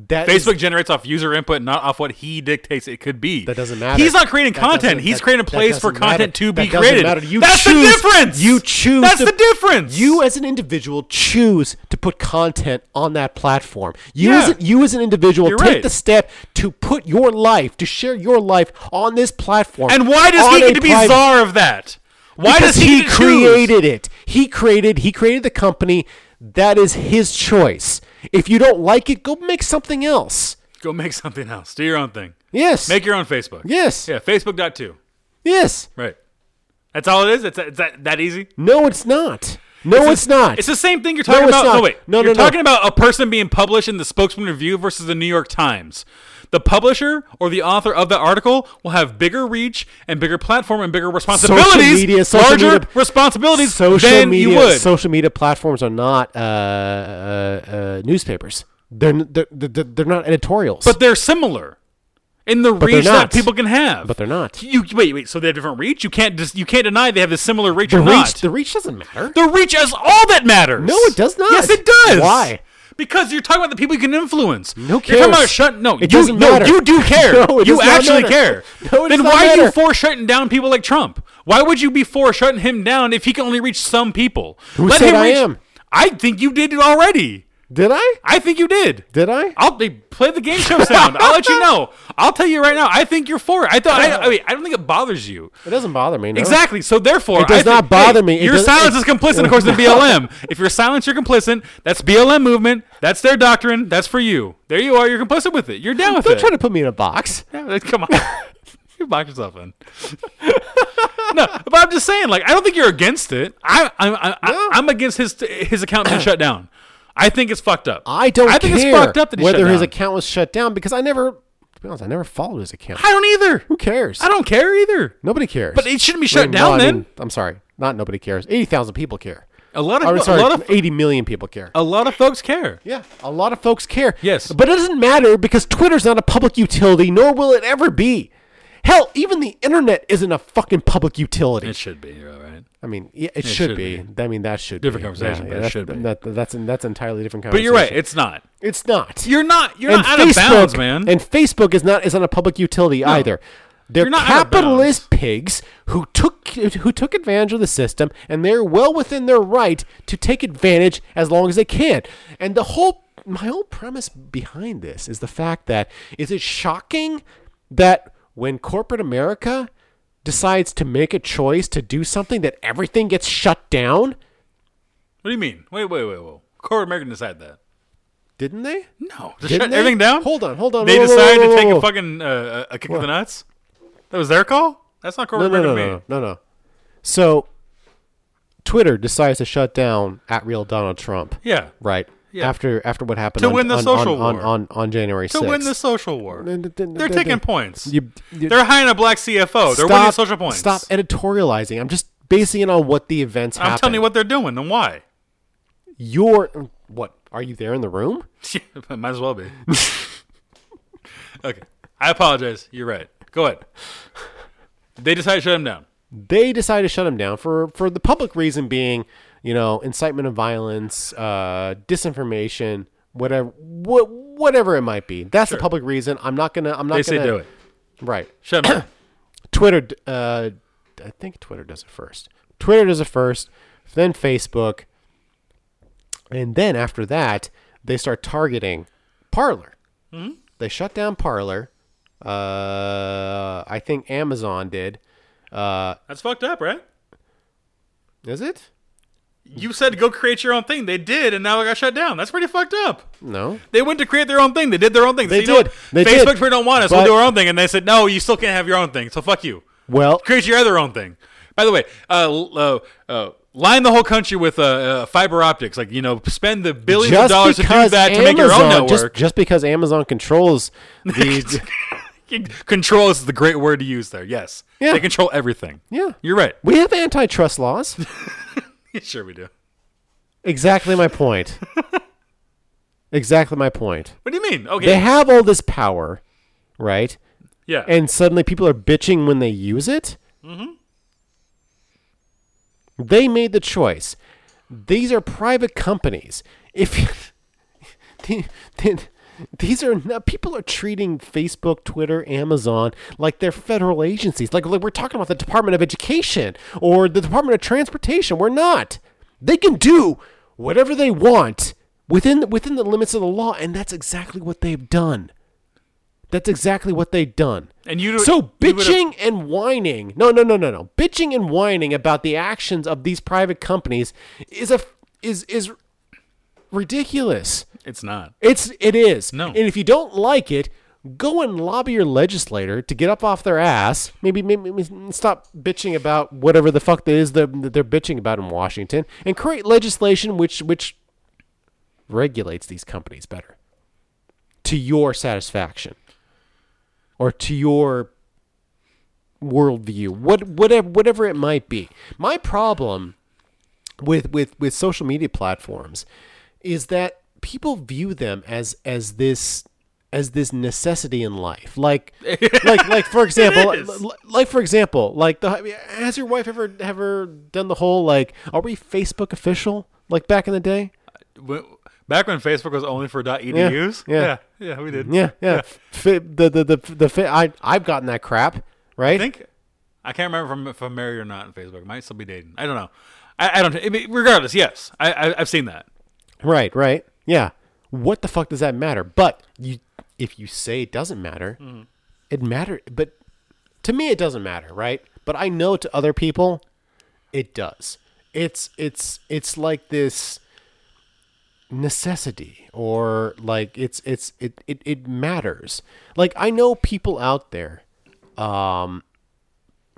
That is- Facebook generates off user input, not off what he dictates it could be. That doesn't matter. He's not creating That content. doesn't- He's that- creating a that place for doesn't matter. content to be That doesn't created. matter. You That's the choose- difference. you choose That's to- the difference. You as an individual choose to put content on that platform. You Yeah. as an, you as an individual You're take right. the step to put your life to share your life on this platform. and why does on he a get to be private- czar of that? Why because does he, get to choose? created it? He created he created the company. That is his choice. If you don't like it, go make something else. Go make something else. Do your own thing. Yes. Make your own Facebook. yes. Yeah, Facebook dot two. Yes. Right. That's all it is. It's, it's that, that easy. No, it's not. No, it's, not. It's the same thing you're talking No, it's about. not. No, wait. No, you're no, no. talking about a person being published in the Spokesman Review versus the New York Times. The publisher or the author of the article will have bigger reach and bigger platform and bigger responsibilities, media- social larger media- responsibilities social than media, you would. Social media platforms are not uh, uh, uh, newspapers. They're, n- they're they're they're not editorials. but they're similar in the they're reach that not. people can have. But they're not. You wait, wait. So they have different reach. You can't just you can't deny they have a similar reach the or reach not. the reach doesn't matter. The reach is all that matters. No, it does not. Yes, it does. Why? Because you're talking about the people you can influence. No You're talking about cares. shut. No, It you, doesn't no, matter. you do care. No, it you does not actually matter. care. No, it then does not why are you matter. for shutting down people like Trump? Why would you be for shutting him down if he can only reach some people? Who Let said him I reach- am? I think you did it already. Did I? I think you did. Did I? I'll they play the game show sound. I'll let you know. I'll tell you right now. I think you're for it. I thought. I, I mean, I don't think it bothers you. It doesn't bother me. No. Exactly. So therefore, It does I not think- bother hey, me. It your does- silence it- is complicit, of course, to BLM. if you're silent, you're complicit. That's BLM movement. That's their doctrine. That's for you. There you are. You're complicit with it. You're down with Don't it. try to put me in a box. Yeah, like, come on. you box yourself in. no, but I'm just saying. Like, I don't think you're against it. I, I'm, I, I, I'm against his his account being shut down. I think it's fucked up. I don't I think care it's fucked up that he whether shut his down. account was shut down because I never, to be honest, I never followed his account. I don't either. Who cares? I don't care either. Nobody cares. But it shouldn't be shut No, down I then. mean, I'm sorry. Not nobody cares. Eighty thousand people care. A lot of I'm a sorry. lot of Eighty million people care. a lot of folks care. Yeah, a lot of folks care. Yes. But it doesn't matter because Twitter's not a public utility, nor will it ever be. Hell, even the internet isn't a fucking public utility. It should be, all right. I mean, yeah, it, should, should be. I mean, that should Different be. conversation, but it that's, should be. That, that's, that's entirely different But conversation. you're right. It's not. It's not. You're not. You're and not out Facebook, of bounds, man. And Facebook is not is not a public utility either. They're You're not out of capitalist pigs who took who took advantage of the system, and they're well within their right to take advantage as long as they can. And the whole my whole premise behind this is the fact that is it shocking that when corporate America decides to make a choice to do something that everything gets shut down? what do you mean? Wait, wait, wait, wait. Corporate America decide that. Didn't they? No, just Didn't shut they? everything down. Hold on, hold on. They Whoa, whoa, decided whoa, whoa, to take whoa. a fucking uh, a kick in the nuts. That was their call. That's not no, corporate no, no, America. to no, me. no, no, no. So, Twitter decides to shut down at real Donald Trump. Yeah. Right. Yeah. After after what happened To on, win the on, social on, war. on, on, on January To 6th. win the social war, Dun, dun, dun, they're dun, taking dun. points. You- you- they're hiring a black CFO. They're winning social points. Stop editorializing. I'm just basing it on what the events I'm happened. telling you what they're doing and why. You're what? Are you there in the room? Might as well be. okay. I apologize. You're right. Go ahead. They decide to shut him down. They decide to shut him down for for the public reason being, you know, incitement of violence, uh, disinformation, whatever, wha- whatever it might be. That's the public reason. I'm not gonna. I'm not They gonna say do it. Right. Shut him down. Twitter, uh, I think Twitter does it first. Twitter does it first, then Facebook, and then after that, they start targeting Parler. Mm-hmm. They shut down Parler. Uh, I think Amazon did. Uh, That's fucked up, right? is it? You said go create your own thing. They did, and now it got shut down. That's pretty fucked up. No. They went to create their own thing. They did their own thing. They So, you know did. what? They did. Facebook Twitter don't want us. But- we'll do our own thing. And they said, no, you still can't have your own thing. So fuck you. Well, Create your other own thing. By the way, uh, l- uh, uh, line the whole country with uh, uh, fiber optics. Like, you know, spend the billions of just dollars to do because that Amazon, to make your own just- network. Just, because Amazon controls the, Control is the great word to use there. Yes. Yeah. They control everything. yeah, You're right. we have antitrust laws. sure we do. exactly my point. exactly my point. What do you mean? Okay. they have all this power, right? yeah. And suddenly people are bitching when they use it. Mm-hmm. They made the choice. These are private companies. If the- the- these are not, people are treating Facebook, Twitter, Amazon like they're federal agencies. Like, like we're talking about the Department of Education or the Department of Transportation. We're not. They can do whatever they want within within the limits of the law, and that's exactly what they've done. That's exactly what they've done. And you so you would've- bitching and whining. No, no, no, no, no. Bitching and whining about the actions of these private companies is a is is ridiculous. It's not. It's it is. No. And if you don't like it, go and lobby your legislator to get up off their ass. Maybe maybe, maybe stop bitching about whatever the fuck that is that that they're bitching about in Washington and create legislation which which regulates these companies better to your satisfaction or to your worldview, what whatever whatever it might be. My problem with with with social media platforms is that people view them as as this as this necessity in life like like like for example is. l- l- like for example like the has your wife ever ever done the whole like are we facebook official like back in the day When- Back when Facebook was only for .edu's. Yeah, yeah. Yeah, yeah, we did. yeah yeah, Fi- the the the, the fi- I, i've gotten that crap right I think I can't remember if I'm, if I'm married or not on Facebook. I might still be dating. I don't know. I, I don't. I mean, regardless, yes, I, I I've seen that. Right, right. Yeah. What the fuck does that matter? But you if you say it doesn't matter, it matter but to me it doesn't matter, right? But I know to other people it does. It's it's it's like this necessity or like it's it's it it, it matters. Like I know people out there um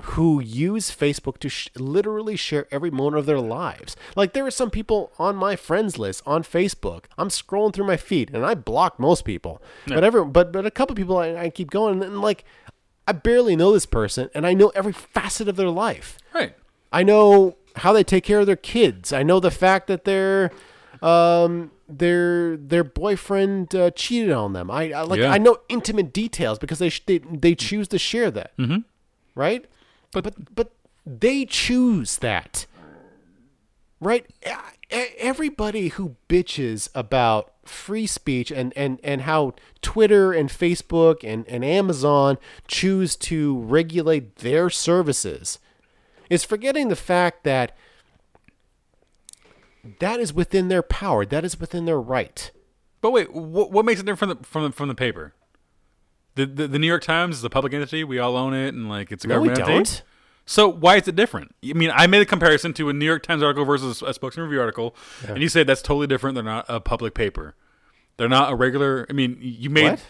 who use Facebook to sh- literally share every moment of their lives. Like there are some people on my friends list on Facebook. I'm scrolling through my feed and I block most people, but every but but a couple people I, I keep going and like I barely know this person and I know every facet of their life. Right. I know how they take care of their kids. I know the fact that their um their their boyfriend uh, cheated on them. I, I like Yeah. I know intimate details because they sh- they, they choose to share that. Mm-hmm. Right? But, but but they choose that. Right? E- e- Everybody who bitches about free speech and, and, and how Twitter and Facebook and, and Amazon choose to regulate their services is forgetting the fact that that is within their power. That is within their right. But wait, what, what makes it different from the from the, from the paper? The, the the New York Times is a public entity. We all own it, and like it's a No, we government entity. don't. So why is it different? I mean, I made a comparison to a New York Times article versus a Spokesman Review article, and you said that's totally different. They're not a public paper. They're not a regular. I mean, you made What?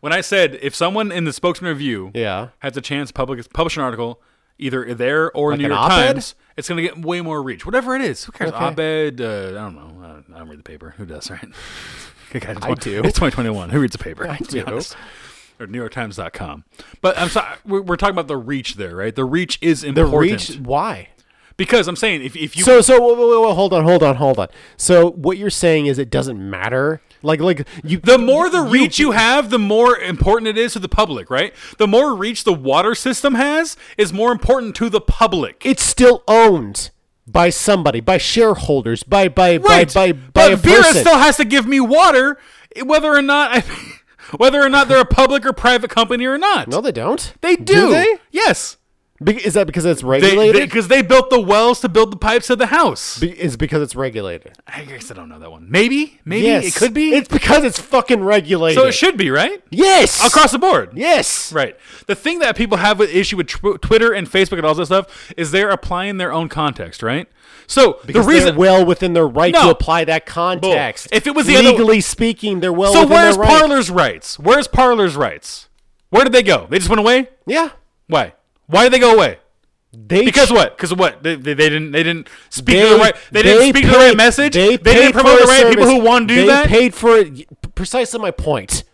when I said if someone in the Spokesman Review Yeah. has a chance public publish an article either there or New an York op-ed? Times, it's going to get way more reach. Whatever it is, who cares? Op-ed, uh, I don't know. I don't, I don't read the paper. Who does, right? God, it's I twen- do. It's 2021. Who reads the paper? I do. Or NewYorkTimes.com. But I'm sorry, we're, we're talking about the reach there, right? The reach is The important reach. Why? Because I'm saying if, if you so so whoa, whoa, whoa, whoa, hold on, hold on, hold on. So what you're saying is it doesn't matter. Like like you The more the reach you have, the more important it is to the public, right? The more reach the water system has is more important to the public. it's still owned by somebody, by shareholders, by by by by by a but Vera person. still has to give me water, eh, whether or not I, whether or not they're a public or private company or not. no, they don't. they do. they? Yes, Be- is that because it's because regulated? they, 'cause they built the wells to build the pipes of the house. Be- is because it's regulated. I guess I don't know that one. Maybe, maybe yes, it could be. It's because it's fucking regulated. so it should be right yes, across the board. Yes, Right. The thing that people have with issue with tw- Twitter and Facebook and all that stuff is they're applying their own context, right? So Because the reason they're well within their right No. to apply that context. If it was the other- legally speaking, they're well. So within where's their right. Parlor's rights? Where's Parlor's rights? Where did they go? They just went away? Yeah, Why? Why did they go away? they Because what? Because what? They, they, they didn't they didn't speak They, to the right they, didn't speak to the right paid- message. They, paid didn't promote for the a right people service. who want to do they that. paid for it. Precisely my point.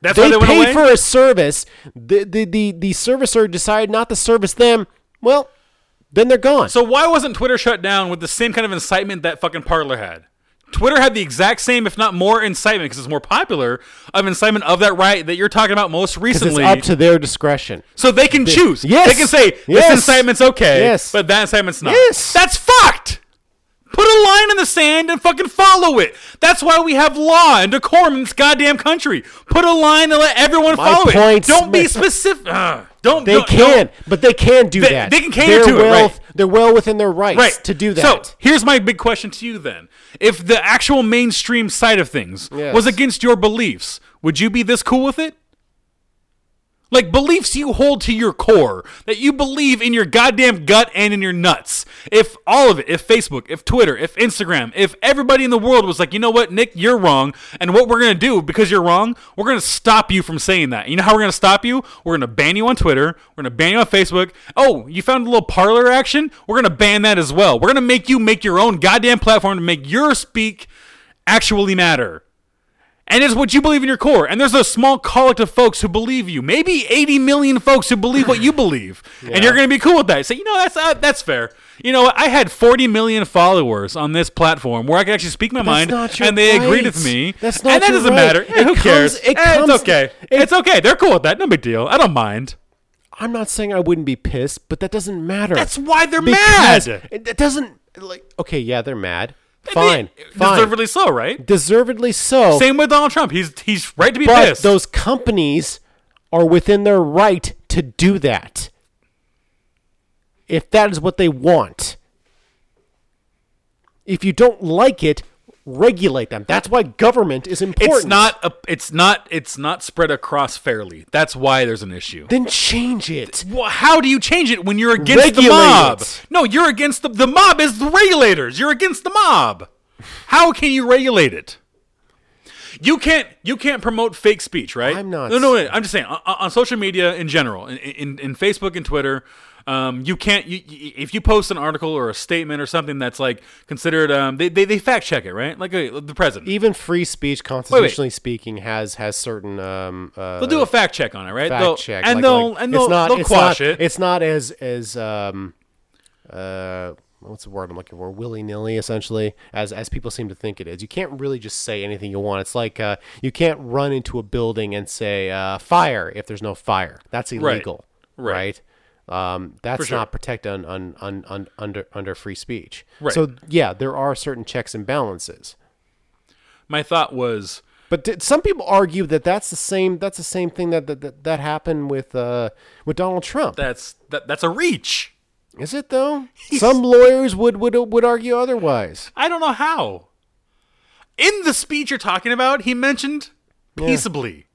That's why They, they went paid away. for a service. The the the, the servicer decided not to service them. Well, then they're gone. so why wasn't Twitter shut down with the same kind of incitement that fucking Parlor had? Twitter had the exact same, if not more, incitement because it's more popular of incitement of that right that you're talking about most it's recently. up to their discretion. So they can choose. Yes. They can say this Yes. incitement's okay, Yes. but that incitement's not. Yes. That's fucked. Put a line in the sand and fucking follow it. That's why we have law and decorum in this goddamn country. Put a line and let everyone follow it. point's Don't be mi- specific. Ugh. don't. They don't- can, don't- but they can do They- that. they can they're cater to it, well, right. They're well within their rights Right. to do that. So here's my big question to you then: If the actual mainstream side of things Yes. was against your beliefs, would you be this cool with it? Like beliefs you hold to your core, that you believe in your goddamn gut and in your nuts. If all of it, if Facebook, if Twitter, if Instagram, if everybody in the world was like, you know what, Nick, you're wrong, and what we're gonna do because you're wrong, we're gonna stop you from saying that. You know how we're gonna stop you? We're gonna ban you on Twitter. We're gonna ban you on Facebook. Oh, you found a little parlor action? We're gonna ban that as well. We're gonna make you make your own goddamn platform to make your speak actually matter. And it's what you believe in your core. And there's a small collect of folks who believe you. Maybe 80 million folks who believe what you believe. And you're going to be cool with that. Say, you know, that's uh, that's fair. You know, what? I had 40 million followers on this platform where I could actually speak my mind, That's not your and they agreed rights. with me. That's not and that your doesn't right. matter. Eh, It who comes- cares? it Eh, comes- it's okay. it's okay. They're cool with that. No big deal. I don't mind. I'm not saying I wouldn't be pissed, but that doesn't matter. That's why they're Because mad. It it doesn't like okay, yeah, they're mad. They- Fine, fine, deservedly, Deservedly so, right? so. Same with Donald Trump. He's he's right to be but pissed. those companies are within their right to do that if that is what they want. If you don't like it, regulate them. That's why government is important. It's not a, it's not it's not spread across fairly. That's why there's an issue. Then change it. Well, how do you change it when you're against Regulate the mob? it. No, you're against the the mob is the regulators. You're against the mob. How can you regulate it? You can't you can't promote fake speech, right? I'm not- No, no, wait, I'm just saying on, on social media in general, in, in, in Facebook and Twitter, um, you can't. You, you- if you post an article or a statement or something that's like considered, um, they, they they fact check it, right? Like uh, the president. Even free speech, constitutionally speaking, has has certain um, uh, They'll do a fact check on it, right? fact They'll- check, and like- they'll like, and they'll, it's not, they'll it's quash not, it. It's not as as um uh what's the word I'm looking for willy nilly essentially as as people seem to think it is. You can't really just say anything you want. It's like uh, you can't run into a building and say uh, fire if there's no fire. That's illegal, Right. right? Um, that's sure. not protected un, un, un, un, under under free speech. Right. So yeah, there are certain checks and balances. My thought was, But did, some people argue that that's the same. That's the same thing that that, that, that happened with uh, with Donald Trump. that's that, that's a reach. Is it though? Some lawyers would would would argue otherwise. I don't know how. In the speech you're talking about, he mentioned peaceably.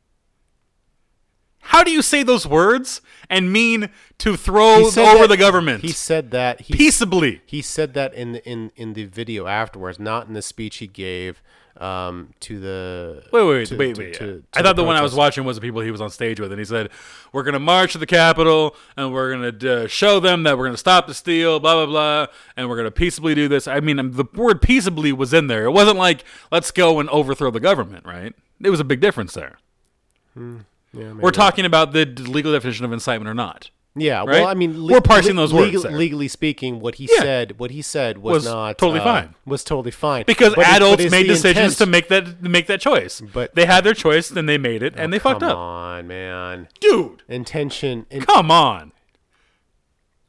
How do you say those words and mean to throw He said over that- the government? He said that he peaceably. he said that in the, in in the video afterwards, not in the speech he gave um, to the Wait, wait, to- wait, wait, to- wait. to- to I thought the one I was protest. watching was the people he was on stage with, and he said, "We're gonna march to the Capitol, and we're gonna uh, show them that we're gonna stop the steal, blah blah blah, and we're gonna peaceably do this." I mean, um, the word "peaceably" was in there. It wasn't like "let's go and overthrow the government," right? It was a big difference there. Hmm. Yeah, maybe. We're talking about the d- legal definition of incitement or not. Yeah, right? well, I mean, le- We're parsing le- those words legal- there. legally speaking, what he Yeah. said, what he said was, Was not totally uh, fine. Was totally fine because But it- but adults it's made the decisions to intent. make that make that choice. But- Oh, they had their choice, then they made it, and they fucked Come up. on, man. Dude, Intention. In- come on.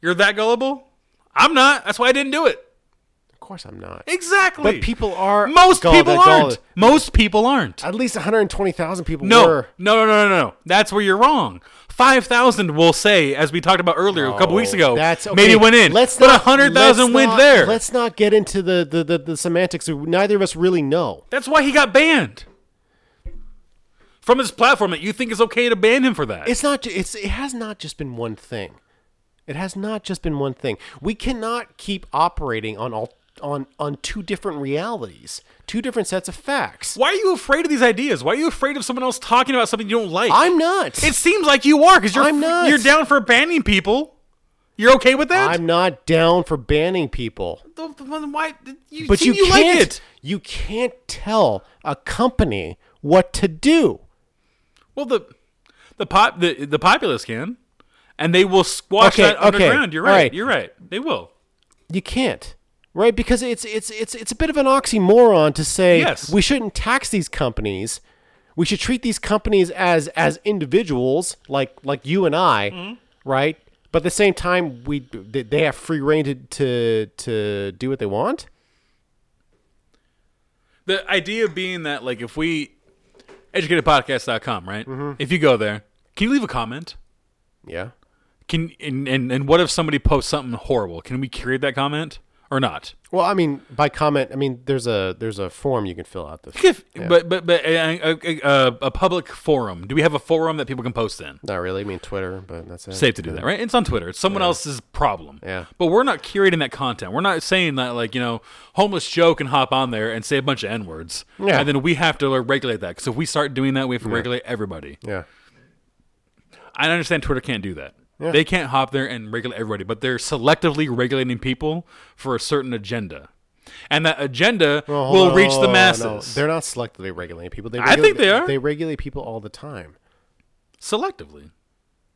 You're that gullible? I'm not. That's why I didn't do it. of course, I'm not. Exactly. But people are. most Gull- people Gull- aren't. Most people aren't. At least 120,000 people No, were. no, no, no, no, no. That's where you're wrong. Five thousand will say, as we talked about earlier a couple weeks ago, Oh, That's okay. maybe went in. Let's but not- hundred thousand let's went not- there. Let's not get into the the, the the semantics. Neither of us really know. That's why he got banned from his platform. That you think is okay to ban him for that? It's not. ju- It's it has not just been one thing. It has not just been one thing. We cannot keep operating on all on on two different realities, two different sets of facts. why are you afraid of these ideas? Why are you afraid of someone else talking about something you don't like? I'm not. it seems like you are because you're I'm not. you're down for banning people. You're okay with that? I'm not down for banning people. Th- th- then why? You But you, seem you like can't. it. You can't tell a company what to do. Well, the the pop the the populace can, and they will squash Okay, that okay, underground. You're all right, right. You're right. They will. You can't. Right? Because it's it's it's it's a bit of an oxymoron to say Yes. we shouldn't tax these companies. We should treat these companies as as individuals like like you and I, right? But at the same time we they they have free reign to to, to do what they want. The idea being that like if we educatedpodcast.com, right? If you go there, can you leave a comment? Yeah. Can and, and and what if somebody posts something horrible? Can we curate that comment or not? Well, I mean, by comment, I mean there's a there's a form you can fill out this. If, But but but a, a, a, a public forum. Do we have a forum that people can post in? Not really, I mean Twitter, but that's it. safe to do that, right? It's on Twitter. It's someone else's problem. Yeah. But we're not curating that content. We're not saying that like you know homeless Joe can hop on there and say a bunch of n words. Yeah. And then we have to like, regulate that because if we start doing that, we have to regulate everybody. Yeah. I understand Twitter can't do that. They can't hop there and regulate everybody, but they're selectively regulating people for a certain agenda, and that agenda Oh, will no, reach the no, masses. They're not selectively regulating people. They I regul- think they are. They regulate people all the time. selectively.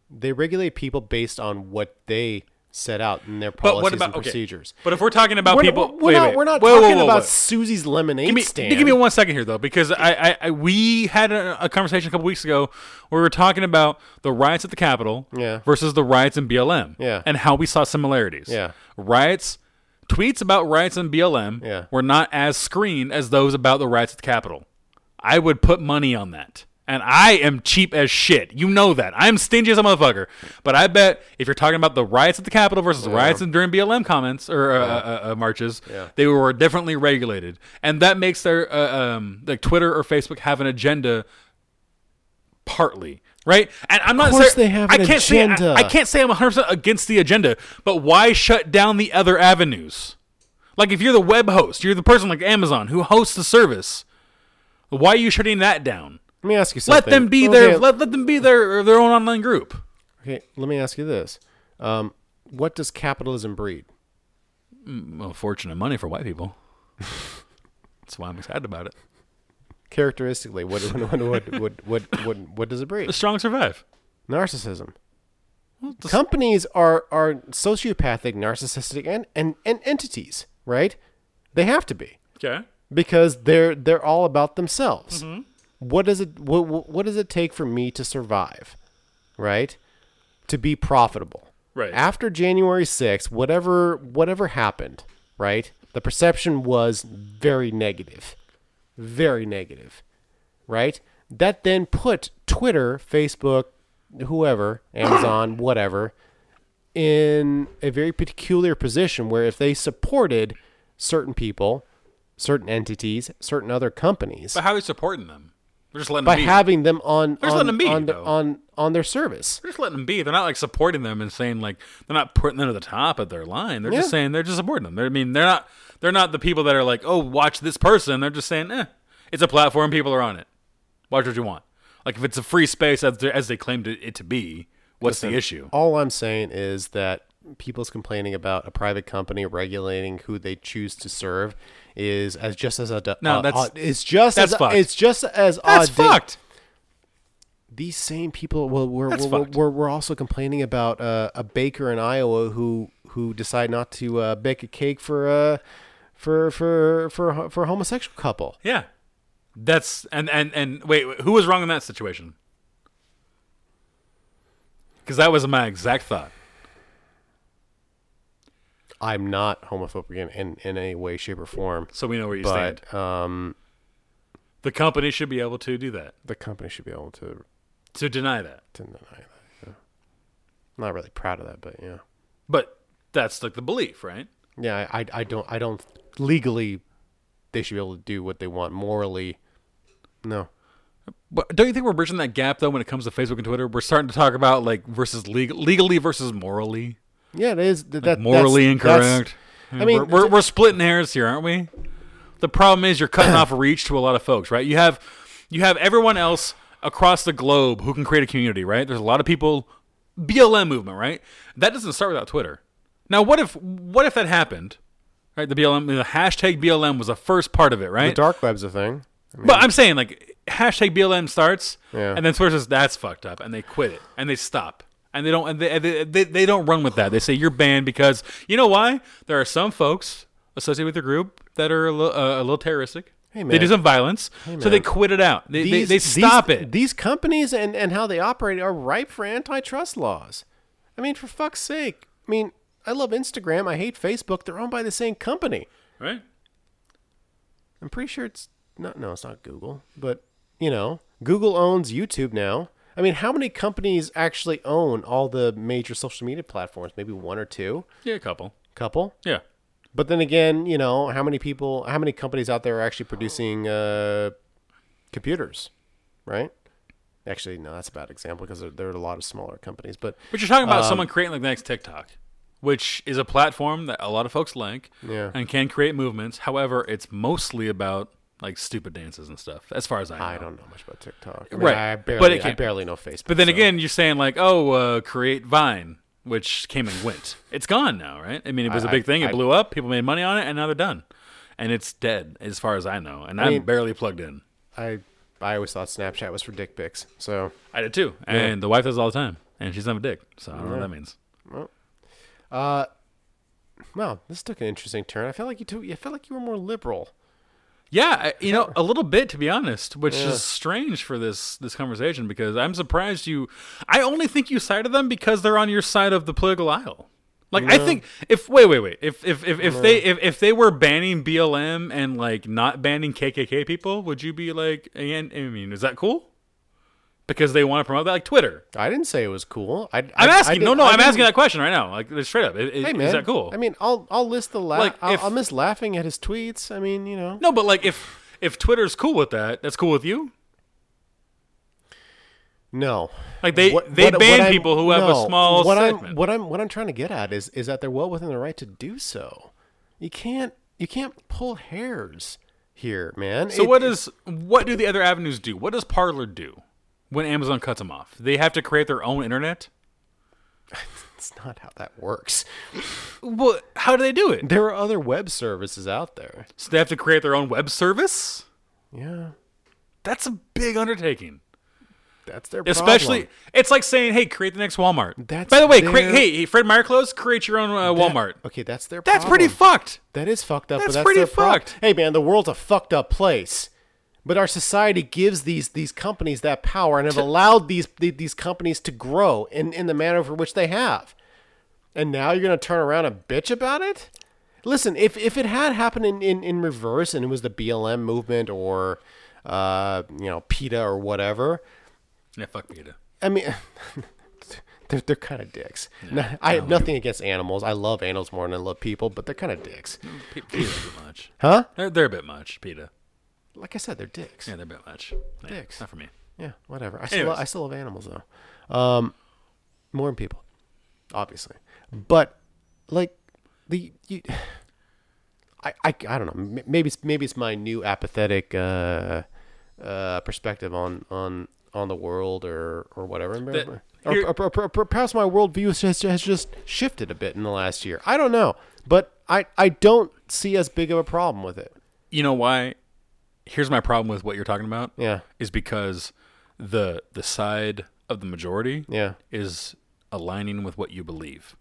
They regulate people based on what they set out in their policies But what about and okay. procedures. But if we're talking about We're, people, we're wait, not, wait. we're not Whoa, whoa, talking whoa, about whoa. Susie's lemonade Give me, stand. give me one second here though, because I, I, I we had a, a conversation a couple weeks ago where we were talking about the riots at the Capitol Yeah. versus the riots in BLM, Yeah. and how we saw similarities. Yeah. riots, tweets about riots in BLM Yeah. were not as screened as those about the riots at the Capitol. I would put money on that. And I am cheap as shit. You know that. I'm stingy as a motherfucker. But I bet if you're talking about the riots at the Capitol versus the riots in- during BLM comments or uh, uh, uh, uh, marches, they were differently regulated, and that makes their uh, um, like Twitter or Facebook have an agenda. Partly, right? And I'm not. course saying- they have I an can't Say, agenda. I, I can't say I'm 100 percent against the agenda, but why shut down the other avenues? Like if you're the web host, you're the person like Amazon who hosts the service. Why are you shutting that down? Let me ask you Let something. them be Okay, their let, let them be their their own online group. okay, let me ask you this: um, What does capitalism breed? Well, fortune and money for white people. That's why I'm excited about it. Characteristically, what what what what what, what, what, what does it breed? The strong survive. Narcissism. the- Companies are are sociopathic, narcissistic, and, and and entities, right? They have to be. Okay. because they're they're all about themselves. Mm-hmm. What does it what what what does it take for me to survive, right? To be profitable, Right. After January 6th, whatever whatever happened, right? The perception was very negative, very negative, right? That then put Twitter, Facebook, whoever, Amazon, whatever, in a very peculiar position where if they supported certain people, certain entities, certain other companies But how are you supporting them? They're just letting by them be. having them on just on, letting them be, on, the- though. on on their service. they're just letting them be. They're not like supporting them and saying like they're not putting them to the top of their line. They're Yeah. just saying they're just supporting them. They're, I mean, they're not they're not the people that are like, oh, watch this person. They're just saying, eh, it's a platform. People are on it. Watch what you want. Like if it's a free space as they, as they claimed it, it to be, what's the issue? All I'm saying is that people's complaining about a private company regulating who they choose to serve is as just as a No, that's- it's just that's as fucked. it's just as That's audi- fucked. these same people. Well, we're That's we're, fucked. we're we're also complaining about uh, a baker in Iowa who who decided not to uh, bake a cake for uh for for for for a homosexual couple. Yeah, that's and and and wait, wait, who was wrong in that situation? Because that was my exact thought. I'm not homophobic in in, in any way, shape, or form, So we know where you stand. but um, The company should be able to do that the company should be able to to deny that. to deny that. yeah. I'm not really proud of that, but yeah, But that's like the belief, right? yeah. I I- I don't I don't legally they should be able to do what they want morally. No. But don't you think we're bridging that gap though when it comes to Facebook and Twitter? We're starting to talk about like versus legal, legally versus morally, Yeah, it is that, that morally that's- that's- incorrect. I mean, we're, we're, we're splitting hairs here, aren't we? The problem is you're cutting off reach to a lot of folks, right? You have you have everyone else across the globe who can create a community, right? There's a lot of people BLM movement, right? That doesn't start without Twitter. Now, what if what if that happened? Right, the BLM, the hashtag BLM was the first part of it, right? the dark web's a thing. I mean, But I'm saying like hashtag BLM starts, Yeah. and then Twitter says that's fucked up, and they quit it, and they stop, and they don't, and they, and they they they don't run with that. They say you're banned because you know why? There are some folks associated with the group that are a little, uh, a little terroristic. Hey, They do man. some violence, so they quit it out. They they, they stop these, it. These companies and, and how they operate are ripe for antitrust laws. I mean, for fuck's sake. I mean, I love Instagram. I hate Facebook. They're owned by the same company. right? I'm pretty sure it's not. No, it's not Google. But you know, Google owns YouTube now. I mean, how many companies actually own all the major social media platforms? Maybe one or two, Yeah, a couple. couple. Yeah. But then again, you know, how many people, how many companies out there are actually producing uh, computers, right? Actually, no, that's a bad example because there, there are a lot of smaller companies. But But you're talking about Um, someone creating like the next TikTok, which is a platform that a lot of folks like Yeah. and can create movements. However, it's mostly about like stupid dances and stuff, as far as I know. I don't know much about TikTok. I mean, Right, I but barely, it I can- barely know Facebook. But then so- again, you're saying like, oh, uh, create Vine, which came and went. It's gone now, right? I mean, it was a I- big thing. It I- blew up. People made money on it, and now they're done. And it's dead, as far as I know. And I am mean- barely plugged in. I, I always thought Snapchat was for dick pics. So I did too. And the wife does it all the time, and she's not a dick. So I don't know what that means. Wow, this took an interesting turn. I felt like you took. I felt like you were more liberal. Yeah, I- you know, a little bit to be honest, which is strange for this this conversation because I'm surprised you. I only think you sided them because they're on your side of the political aisle. Like I think if wait wait wait if if if, if they if, if they were banning BLM and like not banning KKK people, would you be like? And I mean, is that cool? Because they want to promote that, like Twitter. I didn't say it was cool. I, I'm asking. no, no, I'm asking asking that question right now. Like straight up, i- i- Hey man, is that cool? I mean, I'll I'll list the la- Like, I'll, if- I'll miss laughing at his tweets. I mean, you know, no, but like if if Twitter's cool with that, that's cool with you. no, Like they they ban I'm- people who have no, a small what segment. I'm what I'm what I'm trying to get at is is that they're well within their right to do so. You can't you can't pull hairs here, man. So what is what do the other avenues do? What does Parler do when Amazon cuts them off? They have to create their own internet. It's not how that works. Well, how do they do it? There are other web services out there. So they have to create their own web service. Yeah, That's a big undertaking. that's their Especially, problem. it's like saying, "Hey, create the next Walmart." That's By the way, create, their- hey, Fred Meyer clothes, create your own uh, Walmart. Okay, that's their. That's problem. pretty fucked. That is fucked up. That's but that's pretty their pro- fucked. Hey man, the world's a fucked up place. But our society gives these these companies that power and have allowed these the- these companies to grow in in the manner for which they have. And now you're gonna turn around and bitch about it? Listen, if if it had happened in in, in reverse and it was the BLM movement or uh you know PETA or whatever, Yeah, fuck Peter. I mean, they're, they're kind of dicks. No, I have nothing against animals. I love animals more than I love people, but they're kind of dicks, P- Peta's a bit much. huh? They're, they're a bit much. Peta. Like I said, they're dicks. Yeah, they're a bit much. Yeah, Dicks. Not for me. Yeah, whatever. I still, Anyways. I still love animals though. Um, more than people, obviously. But like the you, I, I, I don't know. M- Maybe it's maybe it's my new apathetic uh, uh, perspective on on on the world or or whatever. or, here- or, or, or- or perhaps my worldview has, has just shifted a bit in the last year. I don't know, but I I don't see as big of a problem with it. You know why? Here's my problem with what you're talking about. Yeah. is because the the side of the majority Yeah. is aligning with what you believe.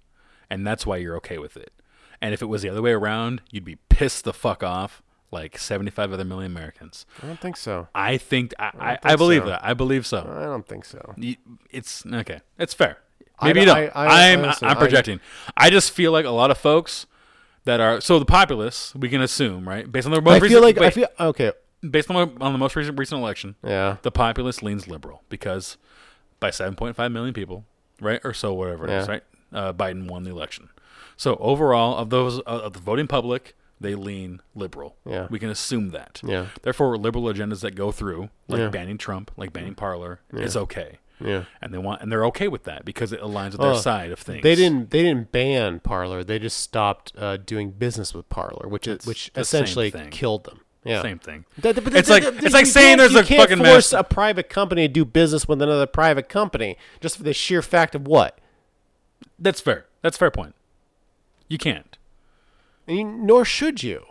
And that's why you're okay with it. And if it was the other way around, you'd be pissed the fuck off like 75 other million Americans. I don't think so. I think I, I, I, think believe so. Uh, that. I believe so. I don't think so. You- It's okay. It's fair. I Maybe you don't- don't. I- I- I, am I I, listen, I'm I- projecting. I just feel like a lot of folks that are so the populace. We can assume, right, based on the most I feel recent, like I wait, feel okay. based on, on the most recent recent election, Yeah. the populace leans liberal because by 7.5 million people, right, or so, whatever it is, Yeah. right, uh, Biden won the election. So overall, of those uh, of the voting public, they lean liberal. Yeah. we can assume that. Yeah. Therefore, liberal agendas that go through, like Yeah. banning Trump, like banning Parlor, is okay, Yeah. and they want and they're okay with that because it aligns with their Oh, side of things. They didn't. They didn't ban Parlor. They just stopped uh, doing business with Parlor, which is, which the same essentially thing. killed them. Yeah. same thing. That- but It's that- like- that- it's like you saying can't- there's you a can't fucking force mess. a private company to do business with another private company just for the sheer fact of what. That's fair. That's a fair point. You can't. And you, nor should you.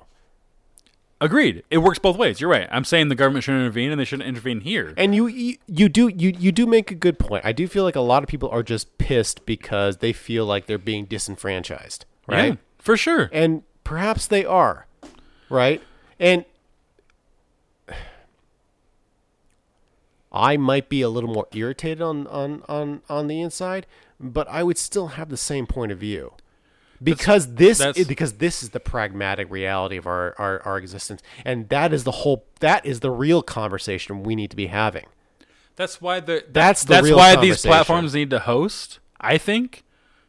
Agreed. It works both ways. You're right. I'm saying the government shouldn't intervene, and they shouldn't intervene here. And you, you you do you you do make a good point. I do feel like a lot of people are just pissed because they feel like they're being disenfranchised, right? Yeah, for sure. and perhaps they are right and i might be a little more irritated on on on on the inside but i would still have the same point of view because this that's- because this is the pragmatic reality of our, our our existence and that is the whole that is the real conversation we need to be having That's why the That's that's the that's real why these conversation. platforms need to host. I think,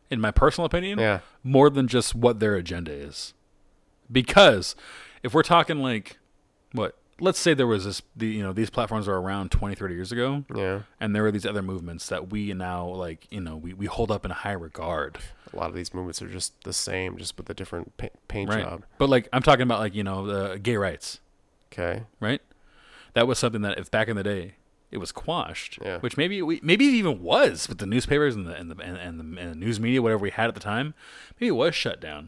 in my personal opinion, Yeah. more than just what their agenda is, because if we're talking like what, let's say there was this, the, you know, these platforms are around 20, 30 years ago, Yeah. and there were these other movements that we now like, you know, we, we hold up in high regard, a lot of these movements are just the same just with a different pa- paint right? job But like I'm talking about like you know the gay rights, okay right? That was something that if back in the day it was quashed, Yeah. which maybe we maybe it even was with the newspapers and the and the and, and the and the news media whatever we had at the time, maybe it was shut down,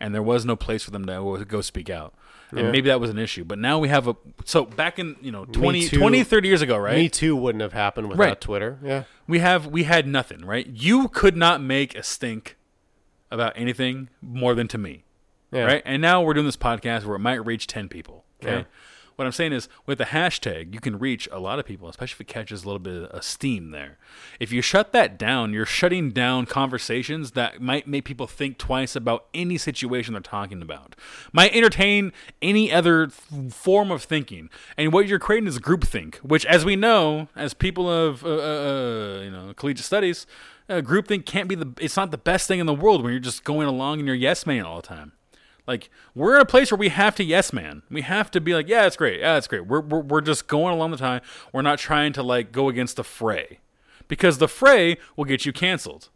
and there was no place for them to go speak out. And maybe that was an issue, but now we have a so back in you know 20, Too. 20 30 years ago, right? me too wouldn't have happened without Right. twitter yeah we have we had nothing, right? You could not make a stink about anything more than to me. yeah Right? And now we're doing this podcast where it might reach 10 people. Okay. Yeah. What I'm saying is with the hashtag, you can reach a lot of people, especially if it catches a little bit of steam there. If you shut that down, you're shutting down conversations that might make people think twice about any situation they're talking about, might entertain any other th- form of thinking. And what you're creating is groupthink, which, as we know, as people of uh, uh, uh, you know collegiate studies, uh, groupthink can't be the. It's not the best thing in the world when you're just going along and you're yes man all the time. Like we're in a place where we have to yes man. We have to be like, yeah, it's great, yeah, it's great. We're we're, we're just going along the time. We're not trying to like go against the fray, because the fray will get you canceled.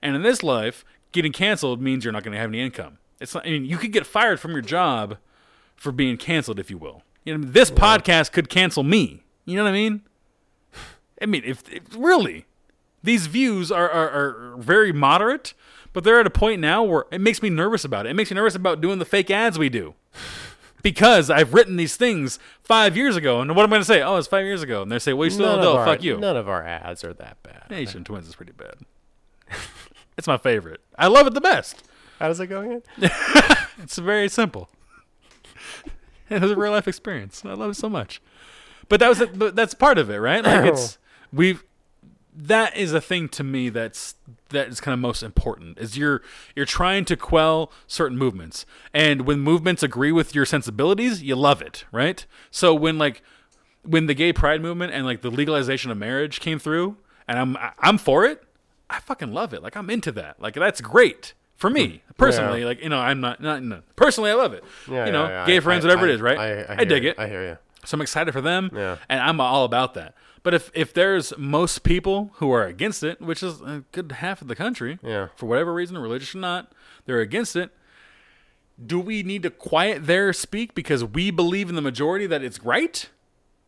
And in this life, getting canceled means you're not going to have any income. It's not. I mean, you could get fired from your job for being canceled, if you will. You know, this podcast could cancel me. You know what I mean? I mean, if, if really, these views are, are, are very moderate, but they're at a point now where it makes me nervous about it. It makes me nervous about doing the fake ads we do. Because I've written these things five years ago, and what am I going to say? Oh, it's five years ago, and they say, "Well, you still none, don't of know. our, Fuck you." none of our ads are that bad Asian Twins is pretty bad. it's my favorite. I love it the best. How does it go again? It's very simple. it was a real life experience. I love it so much. But that was but that's part of it, right? Like it's we've that is a thing to me that's that is kind of most important is you're you're trying to quell certain movements and when movements agree with your sensibilities you love it right so when like when the gay pride movement and like the legalization of marriage came through and i'm I- i'm for it i fucking love it like i'm into that like that's great for me personally like you know i'm not not no. personally i love it you know gay friends whatever it is right I, I dig it I hear you. so I'm excited for them, Yeah. and I'm all about that. But if if there's most people who are against it, which is a good half of the country, Yeah. for whatever reason, religious or not, they're against it. Do we need to quiet their speak because we believe in the majority that it's right,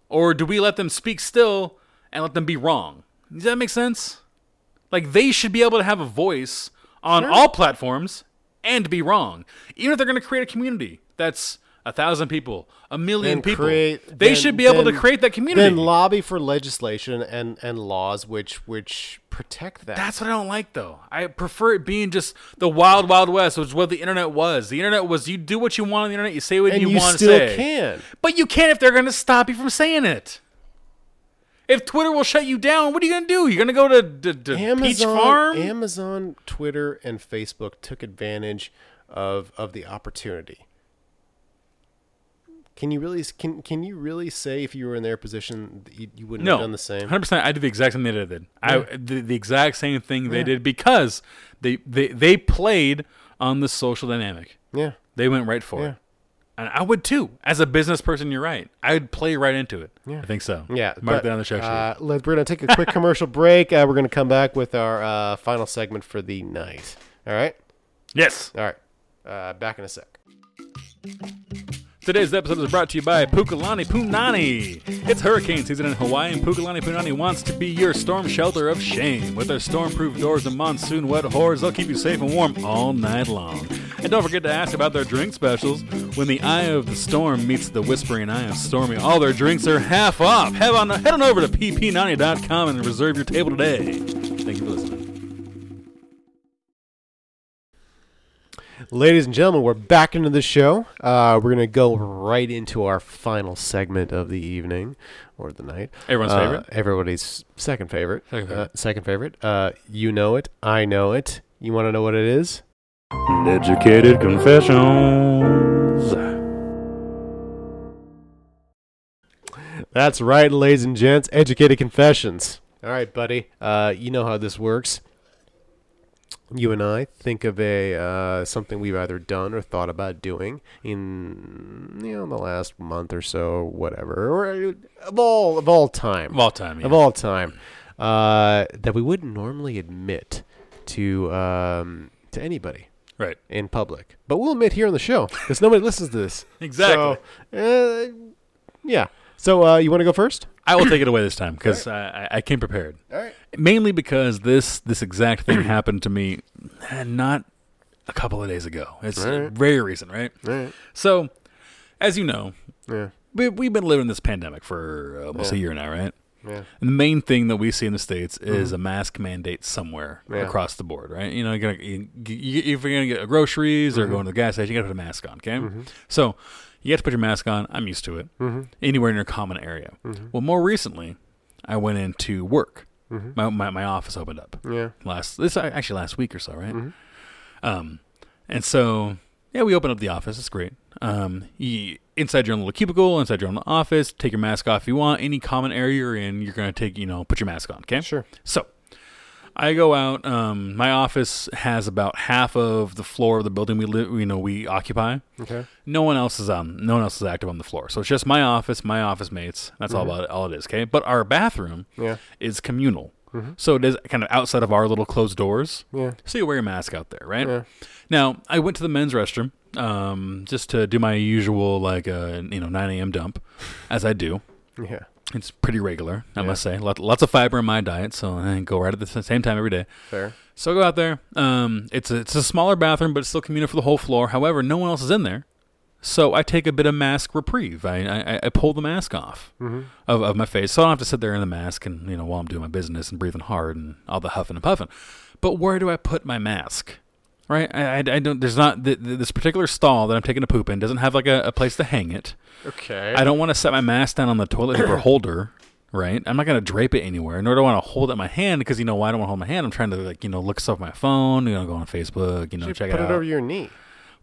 or do we let them speak still and let them be wrong? Does that make sense? Like they should be able to have a voice on all platforms and be wrong, even if they're going to create a community that's a thousand people, a Then million people. create- they then- should be able then- to create that community. Then lobby for legislation and, and laws which which protect that. That's what I don't like, though. I prefer it being just the wild, wild west, which is what the internet was. The internet was you do what you want on the internet, you say what and you, you, want still to say. can. But you can't if they're going to stop you from saying it. If Twitter will shut you down, what are you going to do? You're going to go to, to, to Peach Amazon, Farm? Amazon, Twitter, and Facebook took advantage of of the opportunity. Can you really can can you really say if you were in their position that you, you wouldn't no, have done the same? 100%. I did the exact same thing they did. I, the, the exact same thing they did because they, they, they played on the social dynamic. Yeah, They went right for Yeah. it. And I would too. As a business person, you're right. I would play right into it. I think so. yeah. Mark but, that on the check sheet. Uh, let, we're gonna take a quick commercial break. Uh, we're gonna come back with our uh, final segment for the night. All right, yes. all right. Uh, back in a sec. Today's episode is brought to you by Pukulani Punani. It's hurricane season in Hawaii, and Pukulani Punani wants to be your storm shelter of shame. With their storm-proof doors and monsoon-wet horrors, they'll keep you safe and warm all night long. And don't forget to ask about their drink specials. When the eye of the storm meets the whispering eye of Stormy, all their drinks are half off. Head on, head on over to pp90.com and reserve your table today. Thank you for listening. Ladies and gentlemen, we're back into the show. Uh, we're going to go right into our final segment of the evening or the night. Everyone's Uh, favorite? Everybody's second favorite. Second Uh, favorite. second favorite. Uh, you know it. I know it. You want to know what it is? uh, Educated confessions. That's right, ladies and gents. Educated confessions. All right, buddy. Uh, you know how this works. You and I think of a uh, something we've either done or thought about doing in you know the last month or so, whatever, or uh, of all of all time, Of all time, yeah. of all time, uh, that we wouldn't normally admit to um, to anybody Right. in public, but we'll admit here on the show because nobody listens to this. Exactly. So, uh, yeah. So uh, you want to go first? I will take it away this time because I, I, I came prepared. All right. Mainly because this this exact thing happened to me eh, not a couple of days ago. It's Right. very recent, right? All right. So, as you know, Yeah. we, we've been living this pandemic for almost a year now, right? Yeah. And the main thing that we see in the states is a mask mandate somewhere Mm-hmm. Yeah. across the board, right? You know, you're gonna, you, you, if you're gonna get groceries Mm-hmm. or going to the gas station, you gotta put a mask on. Okay, so you have to put your mask on. I'm used to it. Mm-hmm. Anywhere in your common area. Well, more recently, I went into work. My, my my office opened up Mm-hmm. Yeah. last this actually last week or so, Mm-hmm. right? Um, and so yeah, we open up the office. It's great. Um, you, inside your own little cubicle, inside your own office, take your mask off if you want. Any common area you're in, you're gonna take you know put your mask on. Okay, Sure. So I go out. Um, my office has about half of the floor of the building we live. You know we occupy. Okay. No one else is on. No one else is active on the floor. So it's just my office, my office mates. That's all about it, all it is. Okay, but our bathroom Yeah. Mm-hmm. is communal. So it is kind of outside of our little closed doors. Yeah. So you wear your mask out there, right? Yeah. Now I went to the men's restroom um, just to do my usual like uh, you know 9 a.m. dump, as I do. Yeah. It's pretty regular, I must say. Lot, lots of fiber in my diet, so I go right at the same time every day. Fair. So I go out there. Um, it's a, it's a smaller bathroom, but it's still communal for the whole floor. However, no one else is in there, so I take a bit of mask reprieve. I I, I pull the mask off of, of my face, so I don't have to sit there in the mask and you know while I'm doing my business and breathing hard and all the huffing and puffing. But where do I put my mask? Right, I, I, I don't. There's not th- th- this particular stall that I'm taking a poop in doesn't have like a, a place to hang it. Okay. I don't want to set my mask down on the toilet paper holder, right? I'm not going to drape it anywhere, nor do I want to hold it in my hand because, you know, why I don't want to hold my hand? I'm trying to, like, you know, look stuff on my phone, you know, go on Facebook, you know, you check put it it, out. over your knee.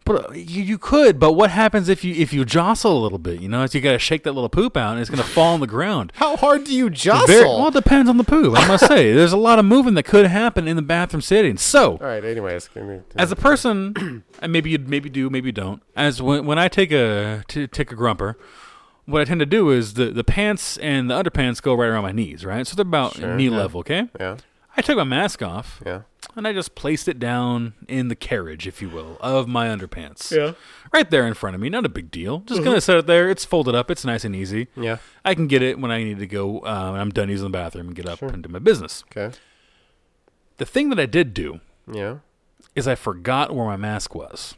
but uh, you, you could, but what happens if you if you jostle a little bit? You know, it's, you got to shake that little poop out and it's going to fall on the ground. How hard do you jostle? Very- well, it depends on the poop. I must say, there's a lot of moving that could happen in the bathroom sitting. So, All right. Anyways. can we- as a person, and maybe you maybe do, maybe you don't. As when when I take a t- take a grumper, what I tend to do is the the pants and the underpants go right around my knees, right? So they're about knee level, okay? yeah. I took my mask off Yeah. and I just placed it down in the carriage, if you will, of my underpants. Right there in front of me, not a big deal. Just gonna set it there. It's folded up. It's nice and easy. Yeah. I can get it when I need to go. Um, I'm done using the bathroom and get up and do my business. Okay. The thing that I did do Yeah. is I forgot where my mask was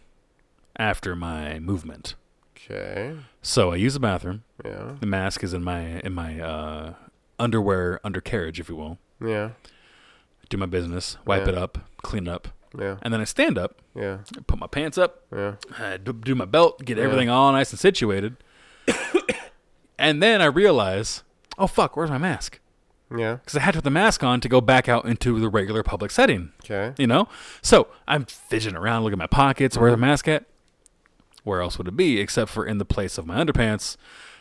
after my movement. Okay. So I use the bathroom. Yeah. The mask is in my in my uh, underwear undercarriage, if you will. Yeah. Do my business, wipe Yeah. it up, clean up, Yeah. and then I stand up, Yeah. put my pants up, Yeah. I d- do my belt, get everything all nice and situated, and then I realize, oh fuck, where's my mask? Yeah. Because I had to put the mask on to go back out into the regular public setting. Okay. You know? So I'm fidgeting around, looking at my pockets, where's the mask at? Where else would it be except for in the place of my underpants,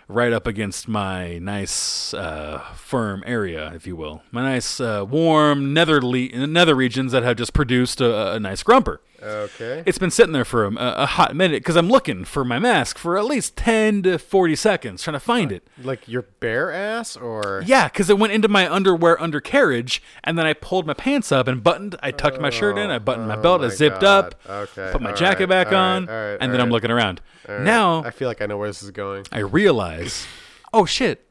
right up against my nice, uh, firm area, if you will. My nice, uh, warm netherly, nether regions that have just produced a, a nice grumper. Okay. It's been sitting there for a, a hot minute because I'm looking for my mask for at least 10 to 40 seconds trying to find it. Like your bare ass or Yeah, because it went into my underwear undercarriage, and then I pulled my pants up and buttoned. I tucked my shirt in, I buttoned my belt, I Oh, my zipped God. up, Okay, put my all jacket right, back all right, on, all right, and all then I'm right. looking around. Alright, Now I feel like I know where this is going. I realize, oh shit,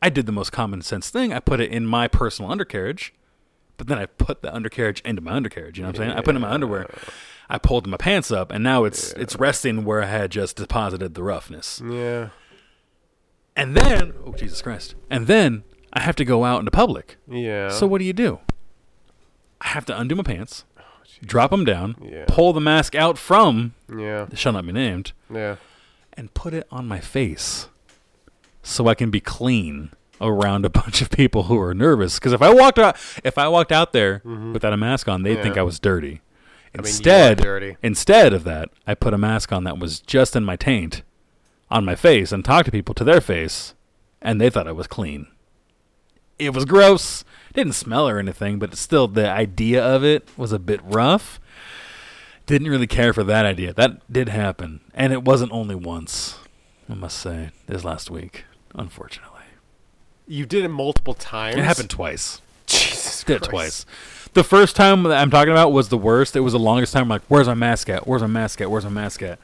I did the most common sense thing. I put it in my personal undercarriage, but then I put the undercarriage into my undercarriage. You know what I'm saying? I put it in my underwear. I pulled my pants up, and now it's it's resting where I had just deposited the roughness. Yeah. And then, oh Jesus Christ! And then I have to go out into public. Yeah. So what do you do? I have to undo my pants, drop them down, Oh, Yeah. pull the mask out from Yeah. shall not be named, Yeah. and put it on my face, so I can be clean around a bunch of people who are nervous. Because if I walked out, if I walked out there without a mask on, they'd think Mm-hmm. Yeah. I was dirty. mean, you are Instead, dirty. instead of that, I put a mask on that was just in my taint, on my face, and talked to people to their face, and they thought I was clean. It was gross. Didn't smell or anything, but still, the idea of it was a bit rough. Didn't really care for that idea. That did happen, and it wasn't only once. I must say, this last week, unfortunately, You did it multiple times. it happened twice. Jesus Did it Christ. twice. The first time that I'm talking about was the worst. It was the longest time. like, where's my mask at? Where's my mask at? Where's my mask at?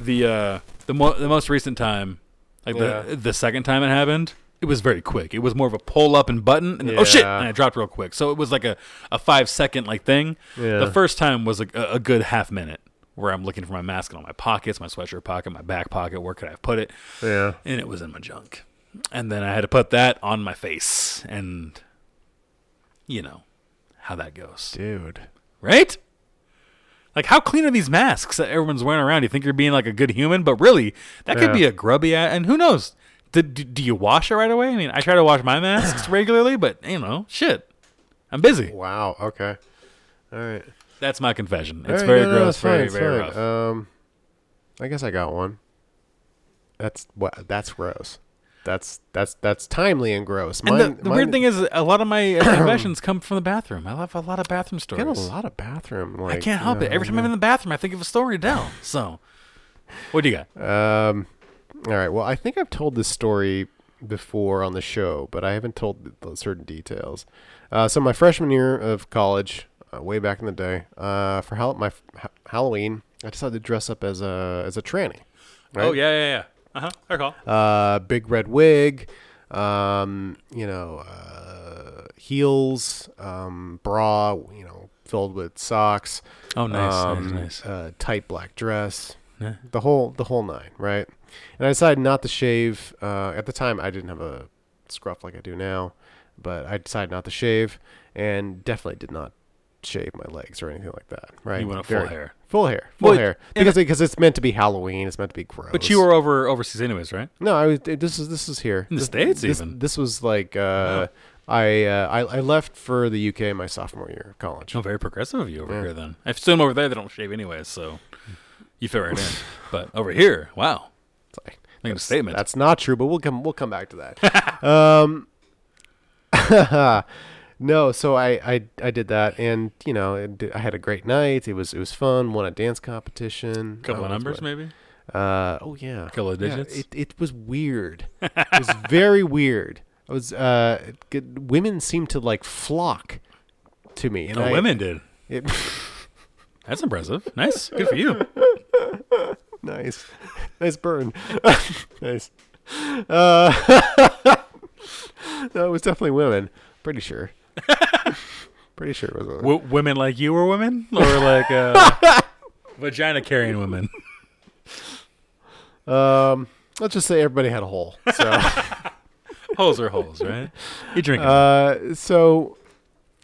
The uh, the mo- the most recent time, like Yeah. the the second time it happened, it was very quick. It was more of a pull up and button, and then, oh shit, Yeah. and I dropped real quick. So it was like a, a five second like thing. Yeah. The first time was like a, a good half minute where I'm looking for my mask in all my pockets, my sweatshirt pocket, my back pocket. Where could I have put it? Yeah. and it was in my junk. And then I had to put that on my face, and you know how that goes, Dude. right? Like, how clean are these masks that everyone's wearing around? You think you're being like a good human, but really, that could Yeah. be a grubby. a- And who knows? Do, do, do you wash it right away? I mean, I try to wash my masks regularly, but you know, shit, I'm busy. Wow. Okay. All right. That's my confession. It's All right, very no, no, no, gross, it's very fine, very it's rough. fine. Um, I guess I got one. That's what. That's gross. That's that's that's timely and gross. and Mine, the, the weird mine- thing is, a lot of my uh, confessions come from the bathroom. I have a lot of bathroom I stories. got a lot of bathroom. Like, I can't help it. Every time I'm in the bathroom, I think of a story to tell. So, what do you got? Um, all right. Well, I think I've told this story before on the show, but I haven't told th- the certain details. Uh, so my freshman year of college, uh, way back in the day, uh, for Hall- my f- ha- Halloween, I decided to dress up as a as a tranny. Right? Oh yeah, yeah, yeah. Uh huh. I recall. uh, big red wig, um, you know, uh, heels, um, bra, you know, filled with socks. Oh, nice, nice, um, nice. Uh, tight black dress. Yeah. The whole the whole nine, right? And I decided not to shave. Uh, at the time, I didn't have a scruff like I do now, but I decided not to shave, and definitely did not shave my legs or anything like that. Right? You want a full Very- hair. Full hair, full Well, hair, and because because it's meant to be Halloween. It's meant to be gross. But you were over overseas, anyways, right? No, I was. This is this is here In the This- States this- even. Uh-huh. This was like uh, I, uh, I I left for the UK my sophomore year of college. No, very progressive of you over Yeah. here. Then I assume over there they don't shave anyways, so you fit right in. but over here, wow, It's like, making a statement. That's not true, but we'll come we'll come back to that. um, no, so I, I I did that, and you know it did- I had a great night. It was it was fun. Won a dance competition. a couple I was of numbers, with- maybe. Uh, oh yeah, Couple of Yeah, digits? it it was weird. it was very weird. I was uh, good, women seemed to like flock to me, and No, I- Oh, women did. It, That's impressive. Nice. Good for you. nice, nice burn, nice. Uh, no, it was definitely women. Pretty sure. Pretty sure it was women. W- women like you were women, or like uh, vagina carrying women. Um, let's just say everybody had a hole. So, holes are holes, right? You drink it. uh, so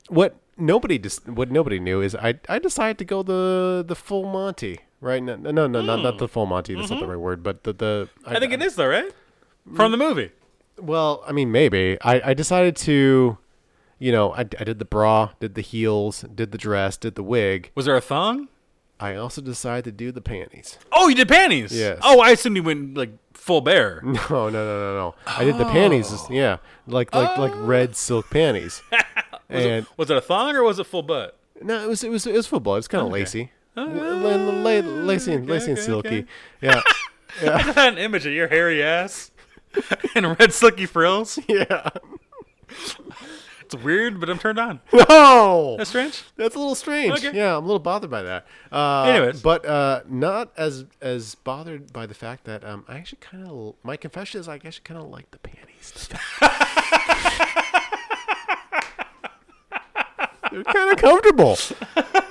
what nobody dis- what nobody knew is I I decided to go the the full Monty. Right? No, no, no, not, not the full Monty. That's not the right word, but the the. Hmm. Mm-hmm. I think it is though, right? From the movie. Well, I mean, maybe I I decided to, you know, I I did the bra, did the heels, did the dress, did the wig. Was there a thong? I also decided to do the panties. Oh, you did panties. Yes. Oh, I assumed you went like full bear. No, no, no, no, no. I did the panties. Oh. is- Yeah, like like like red silk panties. and Was it a thong or was it full butt? no, it was it was it was football. It's kind of lacy, L- l- la- lacy and lacy and Oh, okay, silky. okay. Yeah, I just had an image of your hairy ass and red silky frills. yeah. It's weird, but I'm turned on. No, That's strange. that's a little strange. Okay. Yeah, I'm a little bothered by that. Uh, Anyways. but uh, not as as bothered by the fact that um, I actually kind of my confession is I actually kind of like the panties. They're kind of comfortable.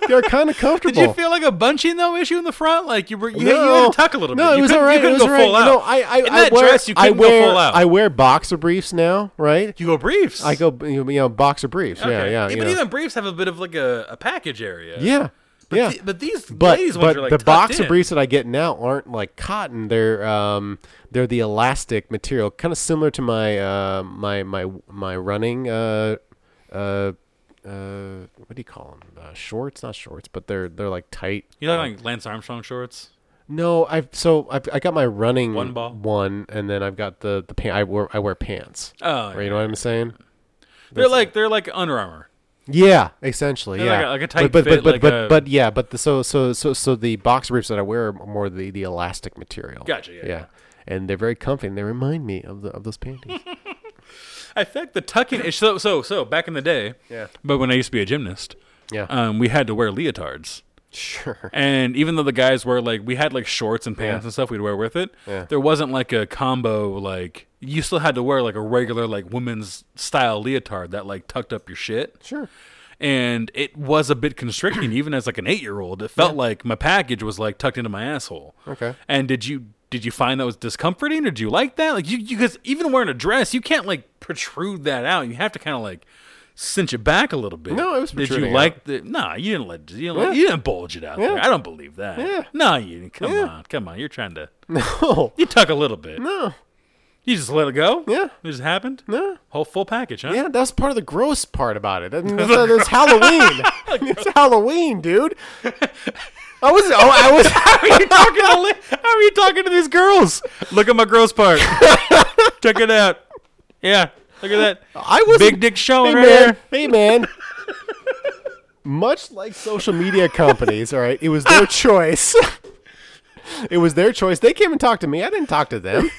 They're kind of comfortable. Did you feel like a bunching though issue in the front? Like you were you, had- you No. had to tuck a little No, bit. it You was couldn't- all right. You couldn't it was go all right. full out. No, I, I, in that I wear, dress, you I couldn't wear, go full out. I wear boxer briefs now, right? you go briefs. I go, you know, boxer briefs. Yeah, Okay. yeah, But you know. even briefs have a bit of like a, a package area. yeah, But yeah. the- but these but ladies ones but are like the tucked boxer in. briefs that I get now aren't like cotton. They're um they're the elastic material, kind of similar to my uh my my my running uh uh. Uh, what do you call them? Uh, shorts, not shorts, but they're they're like tight. You look like Lance Armstrong shorts. No, I've so I've, I got my running One ball? one, and then I've got the the pant. I wear I wear pants. Oh, Right, you know what I'm saying? they're like they're like Under Armour. Yeah, essentially. They're Yeah, like a- like a tight but but fit, but but, like but, a- but yeah, but the so so so so the boxer briefs that I wear are more the the elastic material. Gotcha, yeah, yeah. and they're very comfy, and they remind me of the of those panties. I think the tucking is so so so back in the day. Yeah. But when I used to be a gymnast, yeah, um, we had to wear leotards. sure. And even though the guys were like, we had like shorts and pants and stuff we'd wear with it, Yeah. there wasn't like a combo. Like, you still had to wear like a regular, like, women's style leotard that like tucked up your shit. Sure. And it was a bit constricting, even as like an eight year old. It felt like my package was like tucked into my asshole. Okay. And did you. Did you find that was discomforting, or do you like that? Like you, because even wearing a dress, you can't like protrude that out. You have to kind of like cinch it back a little bit. No, it was Did you protruding out. like the? Nah, you didn't let. You didn't, let- you didn't bulge it out there. I don't believe that. Yeah. No, you didn't. Come on, come on. You're trying to. No, You tuck a little bit. no, You just let it go. Yeah. It just happened. no. Whole full package, huh? Yeah, that's part of the gross part about it. And That's, that's Halloween. it's Halloween, dude. I was oh I was How are you talking to? Li- how are you talking to these girls? Look at my gross part. Check it out. Yeah. Look at that. I was Big dick showing Oh, Hey right man, there. hey man. Much like social media companies, all right, it was their choice. it was their choice. They came and talked to me. I didn't talk to them.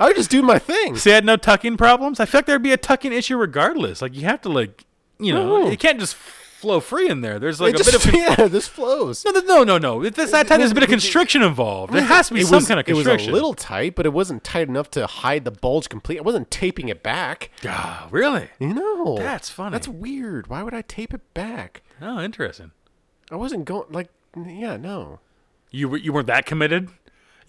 I would just do my thing. See, I had no tucking problems. I feel like there'd be a tucking issue regardless. Like you have to like, you know, No. it can't just flow free in there. There's like It a just, bit of. con- yeah, this flows. No, th- no, no, no. It- This, that time there's a bit of constriction involved. There has to be It some was, kind of it was constriction. a little tight, but it wasn't tight enough to hide the bulge completely. I wasn't taping it back. Ah, really? You know, That's funny. That's weird. Why would I tape it back? Oh, interesting. I wasn't going like, yeah, no. You were, you weren't that committed.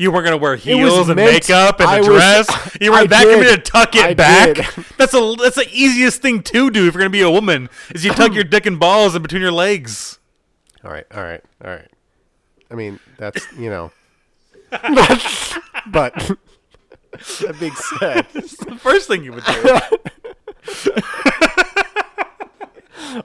You weren't gonna wear heels and meant- makeup and I a was- dress. you weren't I that did. committed to tuck it I back. did. That's a that's the easiest thing to do if you're gonna be a woman is you tuck your dick and balls in between your legs. All right, all right, all right. I mean, that's you know, but, but that being said, It's the first thing you would do.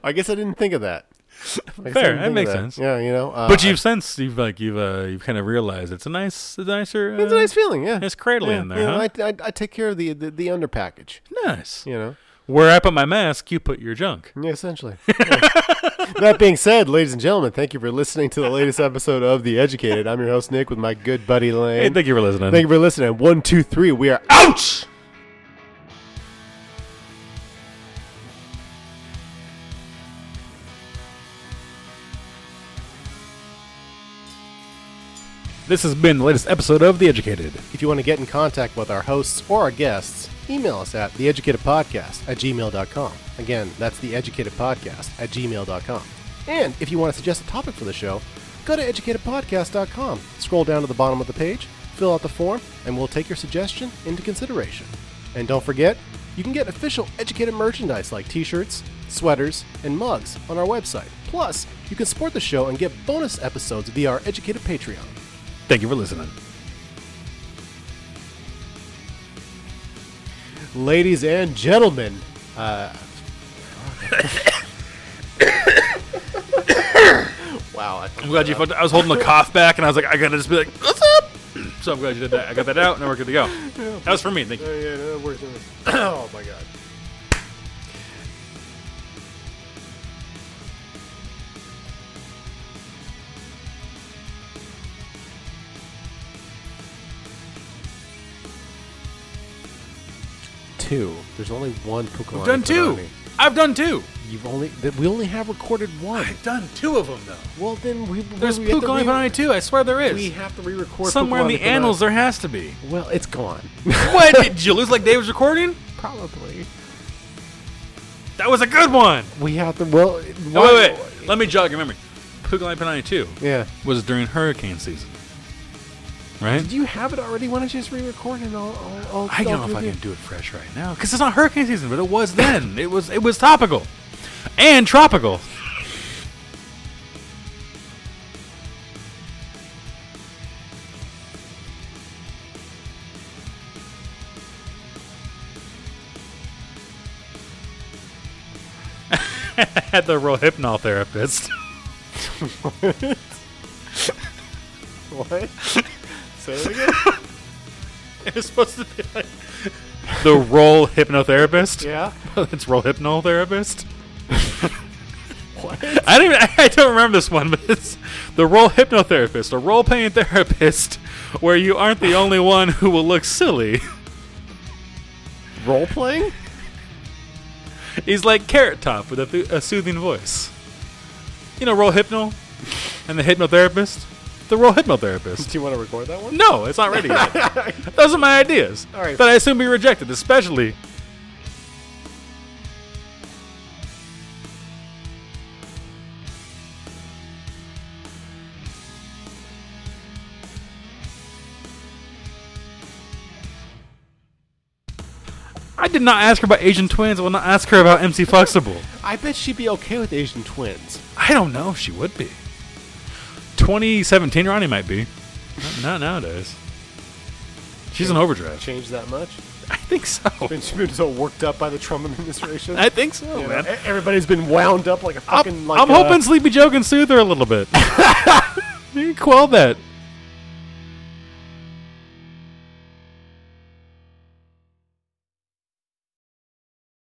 I guess I didn't think of that. I guess I didn't Fair, that think of makes sense. Yeah, you know, uh, But you've since you've like you've uh, you've kind of realized it's a nice, a nicer, uh, it's a nice feeling. Yeah, nice cradle yeah, in there, you know, huh? I, I, I take care of the the, the under package. nice. You know, Where I put my mask, you put your junk. yeah, essentially. Yeah. that being said, ladies and gentlemen, thank you for listening to the latest episode of The Educated. I'm your host Nick with my good buddy Lane. Hey, thank you for listening. Thank you for listening. One, two, three. We are ouch. This has been the latest episode of The Educated. If you want to get in contact with our hosts or our guests, email us at theeducatedpodcast at gmail.com. Again, that's theeducatedpodcast at gmail.com. And if you want to suggest a topic for the show, go to educatedpodcast.com, scroll down to the bottom of the page, fill out the form, and we'll take your suggestion into consideration. And don't forget, you can get official educated merchandise like t shirts, sweaters, and mugs on our website. Plus, you can support the show and get bonus episodes via our educated Patreon. Thank you for listening. Ladies and gentlemen, uh, wow, I I'm glad you. Fucked, I was holding the cough back, and I was like, I gotta just be like, what's up? So I'm glad you did that. I got that out, and now we're good to go. That was for me. Thank you. Yeah, yeah, that works. that works. oh my god. Two. There's only one Pukulani. I've done two. Konami. I've done two. You've only th- we only have recorded one. I've done two of them though. Well, then we we- There's we have Puke to on re- Panani too. I swear there We is. have to re-record Somewhere in Pukulani the Konami. annals there has to be. Well, it's gone. what did you lose? Like Dave was recording? Probably. That was a good one. We have to. Well, Oh, why- wait, wait. Let me jog your memory. Pukulani Panani two Yeah. was during hurricane season, right? Did you have it already? Why don't you just re-record and I'll. I'll, I'll I don't know I'll if I do can do it fresh right now because it's not hurricane season, but it was then. it was it was topical and tropical. Had the real hypnol therapist. What? Say it again. it was supposed to be like the role hypnotherapist. yeah. it's role hypnotherapist. What? I don't. Even, I don't remember this one, but it's the role hypnotherapist, a role playing therapist, where you aren't the only one who will look silly. Role playing? He's like Carrot Top with a, th- a soothing voice. You know, role hypno, and the hypnotherapist, the role hypnotherapist. Do you want to record that one? No, it's not ready yet. Those are my ideas All right. that I assume be rejected, especially. I did not ask her about Asian twins. I will not ask her about MC Flexible. I bet she'd be okay with Asian twins. I don't know if she would be. 2017 Ronnie might be. Not, not nowadays. She's an overdrive. Changed that much? I think so. Been, she's been so worked up by the Trump administration. I uh, think so, You Oh. know, man. e- everybody's been wound up like a fucking. I'm, like I'm a- hoping Sleepy Joe can soothe her a little bit. You can quell that.